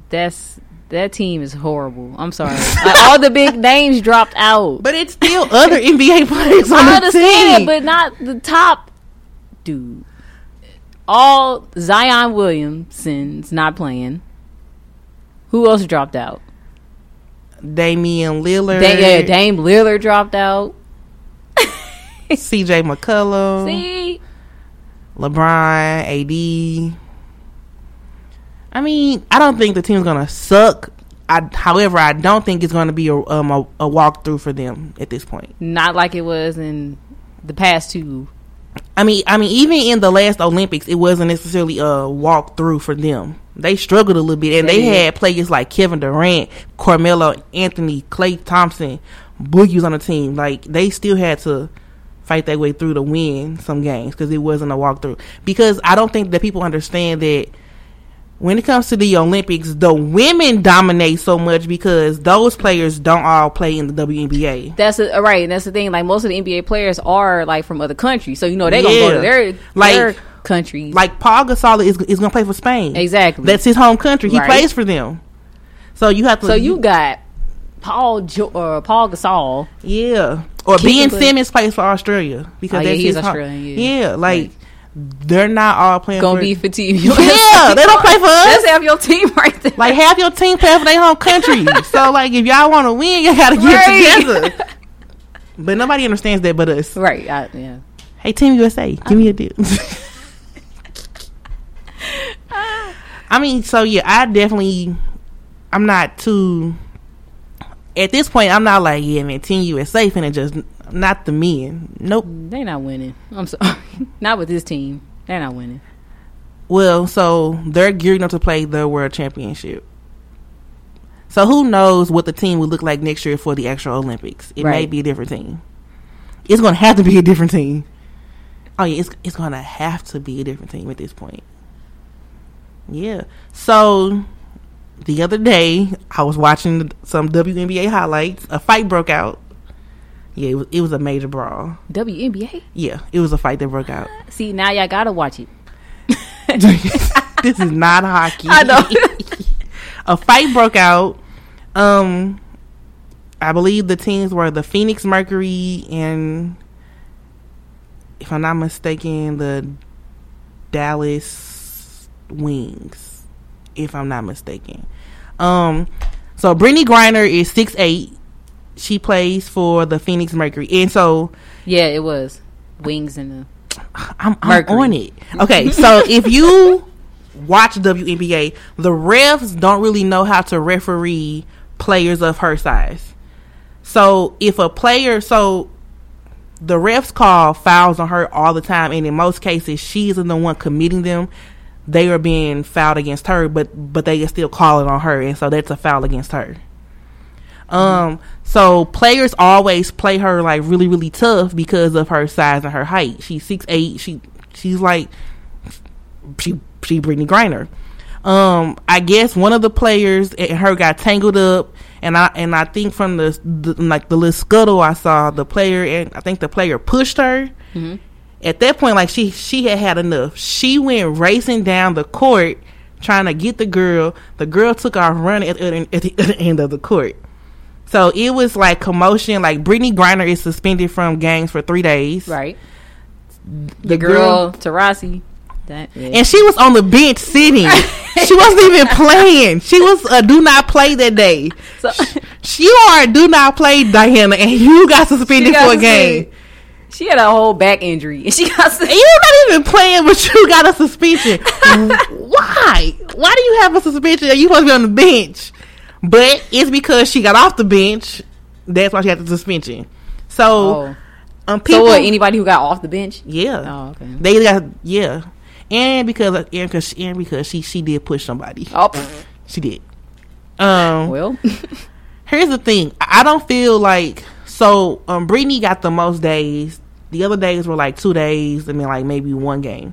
[SPEAKER 3] That's that team is horrible. I'm sorry. like, all the big names dropped out.
[SPEAKER 2] But it's still other NBA players on
[SPEAKER 3] I
[SPEAKER 2] the team.
[SPEAKER 3] understand, but not the top dude. All Zion Williamson's not playing. Who else dropped out?
[SPEAKER 2] Damian Lillard,
[SPEAKER 3] Da- yeah, Dame Lillard dropped out.
[SPEAKER 2] CJ McCullum,
[SPEAKER 3] See,
[SPEAKER 2] LeBron, AD. I mean, I don't think the team's gonna suck. I, however, I don't think it's gonna be a um a, a walkthrough for them at this point.
[SPEAKER 3] not like it was in the past two.
[SPEAKER 2] I mean, I mean, even in the last Olympics, it wasn't necessarily a walkthrough for them. They struggled a little bit, and
[SPEAKER 3] They
[SPEAKER 2] they
[SPEAKER 3] did.
[SPEAKER 2] had players like Kevin Durant, Carmelo Anthony, Clay Thompson, Boogie's on the team. Like they still had to fight their way through to win some games because it wasn't a walkthrough. Because I don't think that people understand that when it comes to the Olympics, the women dominate so much because those players don't all play in the WNBA.
[SPEAKER 3] That's a, right, and that's the thing. Like most of the NBA players are like from other countries, so you know they're gonna go
[SPEAKER 2] Yeah.
[SPEAKER 3] to their
[SPEAKER 2] Like,
[SPEAKER 3] their countries.
[SPEAKER 2] Like Paul Gasol is is going to play for Spain.
[SPEAKER 3] Exactly.
[SPEAKER 2] That's his home country. He
[SPEAKER 3] Right.
[SPEAKER 2] plays for them. So you have to.
[SPEAKER 3] so you got Paul jo- or Paul Gasol.
[SPEAKER 2] yeah. Or Ben
[SPEAKER 3] Technically-
[SPEAKER 2] Simmons plays for Australia because
[SPEAKER 3] Oh, yeah,
[SPEAKER 2] that's
[SPEAKER 3] he's
[SPEAKER 2] his home-
[SPEAKER 3] Australian, yeah.
[SPEAKER 2] Yeah. like they're not all playing.
[SPEAKER 3] Gonna
[SPEAKER 2] for,
[SPEAKER 3] be for team.
[SPEAKER 2] yeah, they don't play for us.
[SPEAKER 3] Let's have your team right there.
[SPEAKER 2] Like half your team playing for their home country. so like if y'all want to win, you gotta get
[SPEAKER 3] Right.
[SPEAKER 2] it together. But nobody understands that but us.
[SPEAKER 3] right? I, yeah.
[SPEAKER 2] Hey Team USA, give me a deal. I mean, so yeah, I definitely I'm not too at this point I'm not like, yeah man, Team USA finna just not the men. Nope.
[SPEAKER 3] They not winning. I'm sorry. not with this team. They're not winning.
[SPEAKER 2] Well, so they're gearing up to play the world championship. So who knows what the team will look like next year for the actual Olympics? It may
[SPEAKER 3] Right.
[SPEAKER 2] be a different team. It's going to have to be a different team. Oh yeah, it's it's going to have to be a different team at this point. Yeah. So the other day, I was watching some WNBA highlights. A fight broke out. Yeah, it was, it was a major brawl.
[SPEAKER 3] WNBA.
[SPEAKER 2] Yeah, it was a fight that broke out.
[SPEAKER 3] See, now y'all gotta watch it.
[SPEAKER 2] this is not hockey.
[SPEAKER 3] I know.
[SPEAKER 2] a fight broke out. Um, I believe the teams were the Phoenix Mercury and, if I'm not mistaken, the Dallas Wings. If I'm not mistaken, um, so Brittany Griner is six eight. She plays for the Phoenix Mercury, and so
[SPEAKER 3] yeah, it was wings and
[SPEAKER 2] I'm, I'm
[SPEAKER 3] Mercury.
[SPEAKER 2] on it. Okay, so if you watch WNBA, the refs don't really know how to referee players of her size. So if a player, so the refs call fouls on her all the time, and in most cases, she isn't the one committing them. They are being fouled against her, but but they are still calling on her, and so that's a foul against her. Um, so players always play her like really, really tough because of her size and her height. She's six eight. She she's like she she Brittany Griner. Um, I guess one of the players and her got tangled up, and I and I think from the, the like the little scuttle I saw the player and I think the player pushed her. At that point, like she she had had enough. She went racing down the court trying to get the girl. The girl took off running at, the at the other end of the court. So it was like commotion. Like Brittany Griner is suspended from games for three days.
[SPEAKER 3] the right.
[SPEAKER 2] The
[SPEAKER 3] Girl, Tarasi. That yeah.
[SPEAKER 2] and she was on the bench sitting. she wasn't even playing. She was a do not play that day.
[SPEAKER 3] So-
[SPEAKER 2] She are a do not play Diana, and you got
[SPEAKER 3] She
[SPEAKER 2] suspended
[SPEAKER 3] got
[SPEAKER 2] for a game.
[SPEAKER 3] suspended. She had a whole back injury, and she got.
[SPEAKER 2] And You're not even playing, but you got a suspension. Why? Why do you have a suspension? Are you supposed to be on the bench? But it's because she got off the bench. That's why she got the suspension. So,
[SPEAKER 3] Oh.
[SPEAKER 2] um, people,
[SPEAKER 3] So what? Anybody who got off the bench?
[SPEAKER 2] yeah,
[SPEAKER 3] Oh, okay.
[SPEAKER 2] they got yeah, and because and because and because she she did push somebody.
[SPEAKER 3] Oh, pff,
[SPEAKER 2] She did. Um,
[SPEAKER 3] well,
[SPEAKER 2] here's the thing. I I don't feel like so. Um, Brittany got the most days. The other days were like two days, and then like maybe one game.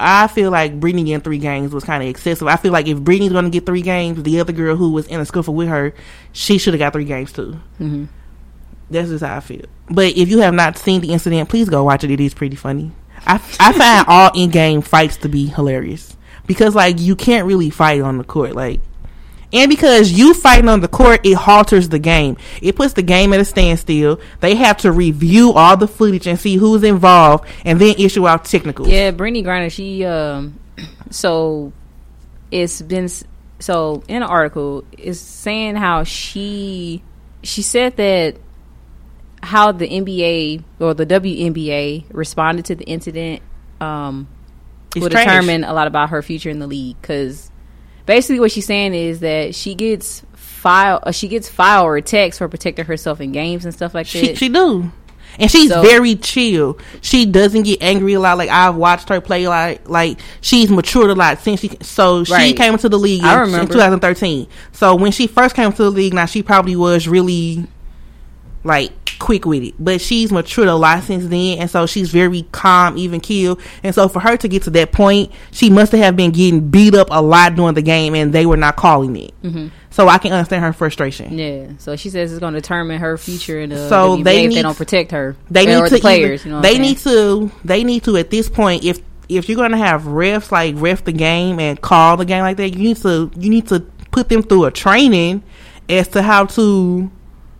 [SPEAKER 2] I feel like Brittany getting three games was kind of excessive. I feel like if Brittany's going to get three games, the other girl who was in a scuffle with her, she should have got three games too. That's just how I feel. But if you have not seen the incident, please go watch it. It is pretty funny. I, I find all in game fights to be hilarious because like you can't really fight on the court like and because you fighting on the court, it halters the game. It puts the game at a standstill. They have to review all the footage and see who's involved and then issue out technical.
[SPEAKER 3] yeah. Brittany Griner. She um. So it's been s- so in an article it's saying how she she said that how the NBA or the WNBA responded to the incident um
[SPEAKER 2] It's
[SPEAKER 3] will
[SPEAKER 2] trash.
[SPEAKER 3] determine a lot about her future in the league because basically what she's saying is that she gets file uh, she gets file or text for protecting herself in games and stuff like
[SPEAKER 2] She,
[SPEAKER 3] that.
[SPEAKER 2] she do. And she's
[SPEAKER 3] So-
[SPEAKER 2] very chill. She doesn't get angry a lot. Like I've watched her play a lot. Like she's matured a lot since she. So she
[SPEAKER 3] Right.
[SPEAKER 2] came into the league.
[SPEAKER 3] I
[SPEAKER 2] in- in
[SPEAKER 3] remember.
[SPEAKER 2] 2013. So when she first came to the league, now she probably was really like quick with it. But she's matured a lot since then, and so she's very calm, even keel. And so for her to get to that point, she must have been getting beat up a lot during the game, and they were not calling it.
[SPEAKER 3] Mm-hmm.
[SPEAKER 2] So I can understand her frustration.
[SPEAKER 3] yeah, so she says it's going to determine her future uh, in the
[SPEAKER 2] So
[SPEAKER 3] WNBA
[SPEAKER 2] they
[SPEAKER 3] if
[SPEAKER 2] need-
[SPEAKER 3] they don't protect her.
[SPEAKER 2] They
[SPEAKER 3] Or
[SPEAKER 2] need
[SPEAKER 3] the
[SPEAKER 2] to
[SPEAKER 3] players.
[SPEAKER 2] either-
[SPEAKER 3] you know what
[SPEAKER 2] they
[SPEAKER 3] I'm
[SPEAKER 2] need to. They need to at this point. If if you're gonna have refs like ref the game and call the game like that, you need to you need to put them through a training as to how to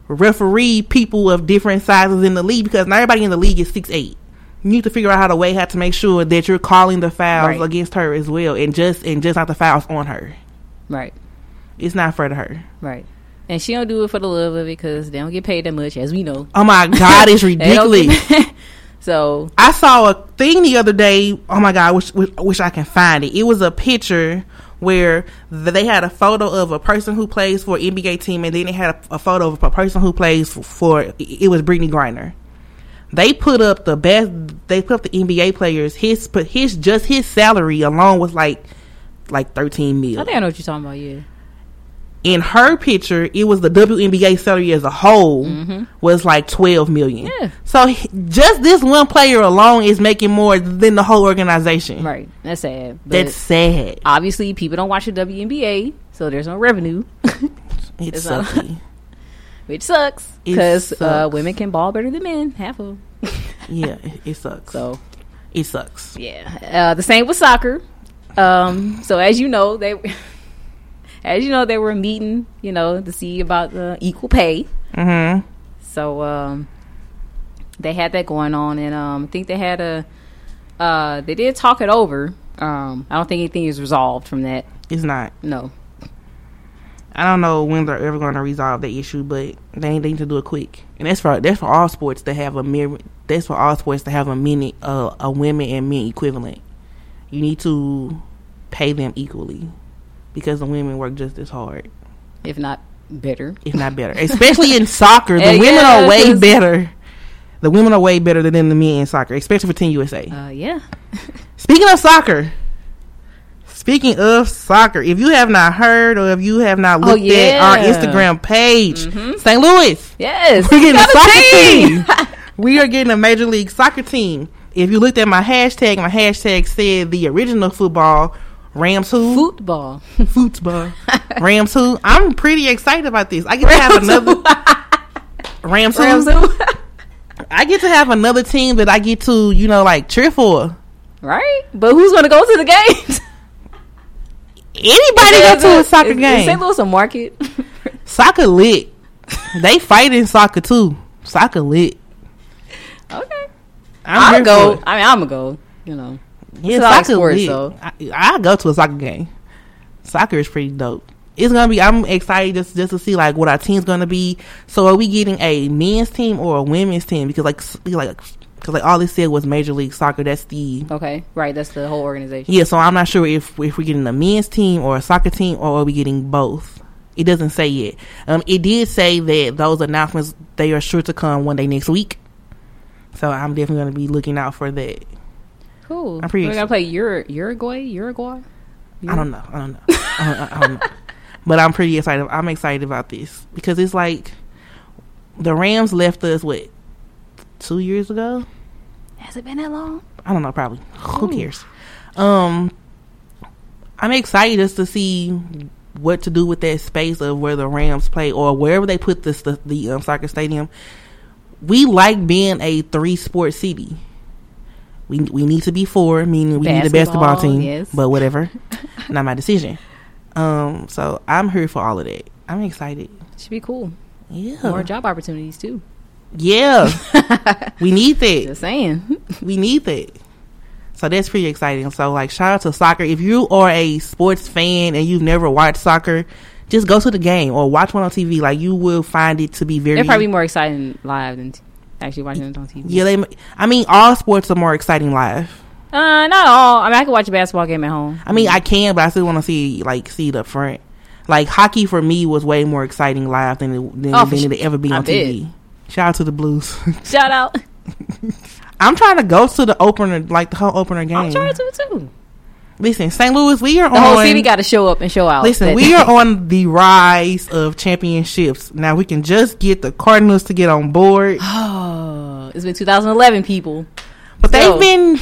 [SPEAKER 2] referee people of different sizes in the league because not everybody in the league is six eight. You need to figure out how to weigh how to make sure that you're calling the fouls
[SPEAKER 3] Right.
[SPEAKER 2] against her as well and just and just not the fouls on her.
[SPEAKER 3] Right.
[SPEAKER 2] It's not fair to her.
[SPEAKER 3] Right. And she don't do it for the love of it because they don't get paid that much, as we know.
[SPEAKER 2] Oh my god, it's
[SPEAKER 3] They don't get
[SPEAKER 2] ridiculous.
[SPEAKER 3] paid- so
[SPEAKER 2] I saw a thing the other day. Oh my god, I wish, wish, wish I can find it. It was a picture where th- they had a photo of a person who plays for an NBA team, and then they had a, a photo of a person who plays for, for it- it was Brittany Griner. They put up the best. They put up the NBA players. His put his just his salary alone was like like thirteen
[SPEAKER 3] I
[SPEAKER 2] mil.
[SPEAKER 3] think I know what you're talking about. Yeah.
[SPEAKER 2] In her picture, it was the WNBA salary as a whole was like twelve million.
[SPEAKER 3] Mm-hmm. Yeah.
[SPEAKER 2] So h- just this one player alone is making more than the whole organization.
[SPEAKER 3] Right. That's sad. But
[SPEAKER 2] That's sad.
[SPEAKER 3] obviously people don't watch the WNBA, so there's no revenue,
[SPEAKER 2] It's
[SPEAKER 3] not-
[SPEAKER 2] sucky.
[SPEAKER 3] which sucks
[SPEAKER 2] It
[SPEAKER 3] because uh,
[SPEAKER 2] sucks.
[SPEAKER 3] women can ball better than men. Half of them.
[SPEAKER 2] yeah, it, it sucks.
[SPEAKER 3] So
[SPEAKER 2] It sucks.
[SPEAKER 3] yeah, uh, the same with soccer. Um, so as you know, they as you know they were meeting, you know, to see about uh, equal pay.
[SPEAKER 2] hmm
[SPEAKER 3] So um, they had that going on, and um, I think they had a uh, they did talk it over. Um, I don't think anything is resolved from that.
[SPEAKER 2] It's not.
[SPEAKER 3] No,
[SPEAKER 2] I don't know when they're ever going to resolve the issue, but they, they need to do it quick. And that's for that's for all sports to have a mirror. That's for all sports to have a minute uh, a women and men equivalent. You need to pay them equally because the women work just as hard,
[SPEAKER 3] if not better.
[SPEAKER 2] if not better. Especially in soccer, the
[SPEAKER 3] Yeah,
[SPEAKER 2] women are way
[SPEAKER 3] 'cause-
[SPEAKER 2] better. The women are way better than the men in soccer, especially for Team USA.
[SPEAKER 3] Uh, yeah,
[SPEAKER 2] Speaking of soccer, speaking of soccer, if you have not heard or if you have not
[SPEAKER 3] Oh,
[SPEAKER 2] looked at our
[SPEAKER 3] yeah.
[SPEAKER 2] Instagram page, St. Louis,
[SPEAKER 3] yes,
[SPEAKER 2] Mm-hmm. we're
[SPEAKER 3] we
[SPEAKER 2] getting a
[SPEAKER 3] got
[SPEAKER 2] soccer team. we are getting a Major League Soccer team. If you looked at my hashtag, my hashtag said the original football Rams who
[SPEAKER 3] football.
[SPEAKER 2] football Rams who. I'm pretty excited about this. I get to have another Rams who.
[SPEAKER 3] Rams who?
[SPEAKER 2] I get to have another team that I get to you know like cheer for.
[SPEAKER 3] right? But who's going to go to the games?
[SPEAKER 2] Anybody go to a soccer
[SPEAKER 3] Is- is
[SPEAKER 2] game?
[SPEAKER 3] St. Louis a market?
[SPEAKER 2] Soccer lit. they fight in soccer too. Soccer lit.
[SPEAKER 3] okay,
[SPEAKER 2] I'm
[SPEAKER 3] I'll
[SPEAKER 2] here
[SPEAKER 3] go.
[SPEAKER 2] for it.
[SPEAKER 3] I mean, I'm gonna go. You know,
[SPEAKER 2] Yeah,
[SPEAKER 3] It's all
[SPEAKER 2] soccer
[SPEAKER 3] sports,
[SPEAKER 2] lit.
[SPEAKER 3] though.
[SPEAKER 2] I, I go to a soccer game. Soccer is pretty dope. It's gonna be. I'm excited just just to see like what our team's gonna be. So are we getting a men's team or a women's team? Because like s- like because like all they said was Major League Soccer. That's the
[SPEAKER 3] okay, right? That's the whole organization.
[SPEAKER 2] yeah. So I'm not sure if if we're getting a men's team or a soccer team or are we getting both. It doesn't say yet. Um, it did say that those announcements they are sure to come one day next week. So I'm definitely gonna be looking out for that.
[SPEAKER 3] Cool.
[SPEAKER 2] I'm pretty
[SPEAKER 3] We're
[SPEAKER 2] ex-
[SPEAKER 3] gonna play Ur- Uruguay, Uruguay.
[SPEAKER 2] I don't know. I don't know. I don't, I don't know. But I'm pretty excited. I'm excited about this because it's like the Rams left us what two years ago.
[SPEAKER 3] Has it been that long?
[SPEAKER 2] I don't know. Probably.
[SPEAKER 3] Hmm.
[SPEAKER 2] Who cares? Um, I'm excited just to see what to do with that space of where the Rams play or wherever they put this the, the um, soccer stadium. We like being a three sport city. We we need to be four, meaning we need a
[SPEAKER 3] Basketball,
[SPEAKER 2] basketball team.
[SPEAKER 3] yes.
[SPEAKER 2] But whatever, not my decision. Um, so I'm here for all of that. I'm excited.
[SPEAKER 3] Should be cool.
[SPEAKER 2] Yeah,
[SPEAKER 3] More job opportunities too.
[SPEAKER 2] yeah. we need that
[SPEAKER 3] Just saying.
[SPEAKER 2] we need that. So that's pretty exciting. So like shout out to soccer. If you are a sports fan and you've never watched soccer, just go to the game or watch one on TV. Like you will find it to be very
[SPEAKER 3] They're probably more exciting live than t- actually watching it on TV.
[SPEAKER 2] yeah. They, I mean, all sports are more exciting live.
[SPEAKER 3] Uh, not all. I mean, I could watch a basketball game at home.
[SPEAKER 2] I mean, I can, but I still want to see like see it up front. Like hockey for me was way more exciting live than it, than,
[SPEAKER 3] Oh, for
[SPEAKER 2] than
[SPEAKER 3] sure.
[SPEAKER 2] it ever be
[SPEAKER 3] I
[SPEAKER 2] on TV. Shout out to the Blues.
[SPEAKER 3] Shout out.
[SPEAKER 2] I'm trying to go to the opener, like the whole opener game.
[SPEAKER 3] I'm trying to too.
[SPEAKER 2] Listen, St. Louis, we are
[SPEAKER 3] The
[SPEAKER 2] on.
[SPEAKER 3] whole city got to show up and show out.
[SPEAKER 2] Listen,
[SPEAKER 3] that
[SPEAKER 2] we
[SPEAKER 3] day.
[SPEAKER 2] are on the rise of championships. Now we can just get the Cardinals to get on board,
[SPEAKER 3] Oh, it's been 2011, people.
[SPEAKER 2] but they've
[SPEAKER 3] So-
[SPEAKER 2] been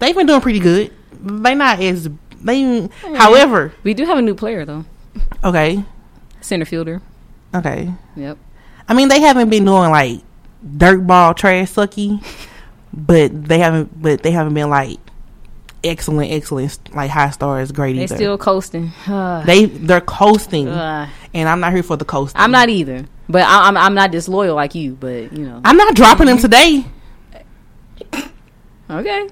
[SPEAKER 2] they've been doing pretty good. They not as they.
[SPEAKER 3] Hmm.
[SPEAKER 2] However,
[SPEAKER 3] We do have a new player though,
[SPEAKER 2] okay,
[SPEAKER 3] center fielder.
[SPEAKER 2] okay.
[SPEAKER 3] Yep.
[SPEAKER 2] I mean, they haven't been doing like dirtball trash sucky, but they haven't. But they haven't been like excellent, excellent, like high stars grade
[SPEAKER 3] They
[SPEAKER 2] either.
[SPEAKER 3] still coasting.
[SPEAKER 2] they they're coasting,
[SPEAKER 3] Ugh.
[SPEAKER 2] and I'm not here for the coasting.
[SPEAKER 3] I'm not either, but I, I'm I'm not disloyal like you. But you know,
[SPEAKER 2] I'm not dropping
[SPEAKER 3] Mm-hmm.
[SPEAKER 2] them today.
[SPEAKER 3] okay.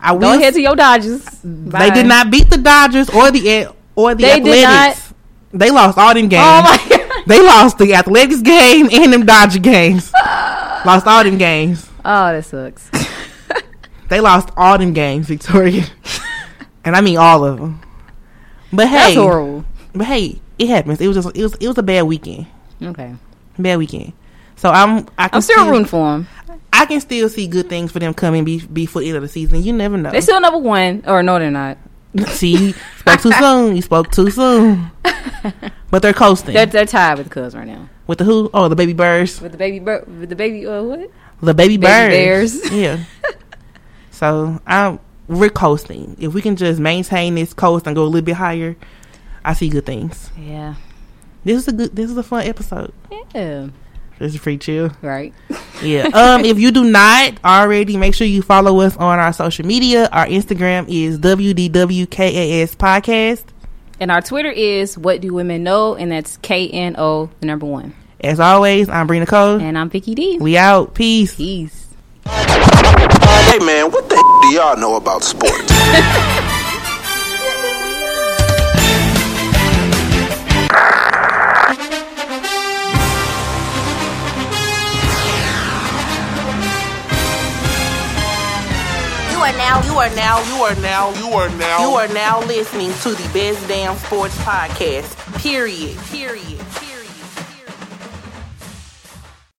[SPEAKER 2] I will.
[SPEAKER 3] Go ahead to your Dodgers.
[SPEAKER 2] They did not beat the Dodgers or the A- or the
[SPEAKER 3] They did
[SPEAKER 2] Athletics. They lost all them games.
[SPEAKER 3] Oh my god.
[SPEAKER 2] They lost the Athletics game and them Dodger games. lost all them games.
[SPEAKER 3] Oh, that sucks.
[SPEAKER 2] They lost all them games, Victoria, and I mean all of them. But hey,
[SPEAKER 3] That's horrible.
[SPEAKER 2] but hey, it happens. It was just it was it was a bad weekend.
[SPEAKER 3] Okay,
[SPEAKER 2] Bad weekend. So I'm I can
[SPEAKER 3] I'm still
[SPEAKER 2] still
[SPEAKER 3] rooting for them.
[SPEAKER 2] I can still see good things for them coming be- before the end of the season. You never know.
[SPEAKER 3] They still number one, or no, they're not.
[SPEAKER 2] see, spoke too soon. You spoke too soon. But they're coasting
[SPEAKER 3] They're, they're tied with the Cubs right now.
[SPEAKER 2] with the who? Oh, the baby birds.
[SPEAKER 3] With the baby, bir- with the baby, uh, what?
[SPEAKER 2] The baby,
[SPEAKER 3] Baby
[SPEAKER 2] birds.
[SPEAKER 3] bears.
[SPEAKER 2] Yeah. so I'm we're coasting. If we can just maintain this coast and go a little bit higher, I see good things.
[SPEAKER 3] Yeah,
[SPEAKER 2] This is a good. This is a fun episode.
[SPEAKER 3] yeah,
[SPEAKER 2] This is free chill.
[SPEAKER 3] right.
[SPEAKER 2] Yeah. Um, if you do not already, make sure you follow us on our social media. Our Instagram is WDWKAS Podcast.
[SPEAKER 3] And our Twitter is what do women know, and that's K N O, the number one.
[SPEAKER 2] As always, I'm Brina Cole.
[SPEAKER 3] And I'm Vicky D.
[SPEAKER 2] We out. Peace.
[SPEAKER 3] Peace.
[SPEAKER 1] Hey man, what the do y'all know about sports?
[SPEAKER 2] You are now. You are now. You are now. You are now. You are now listening to the best damn sports podcast. Period. Period.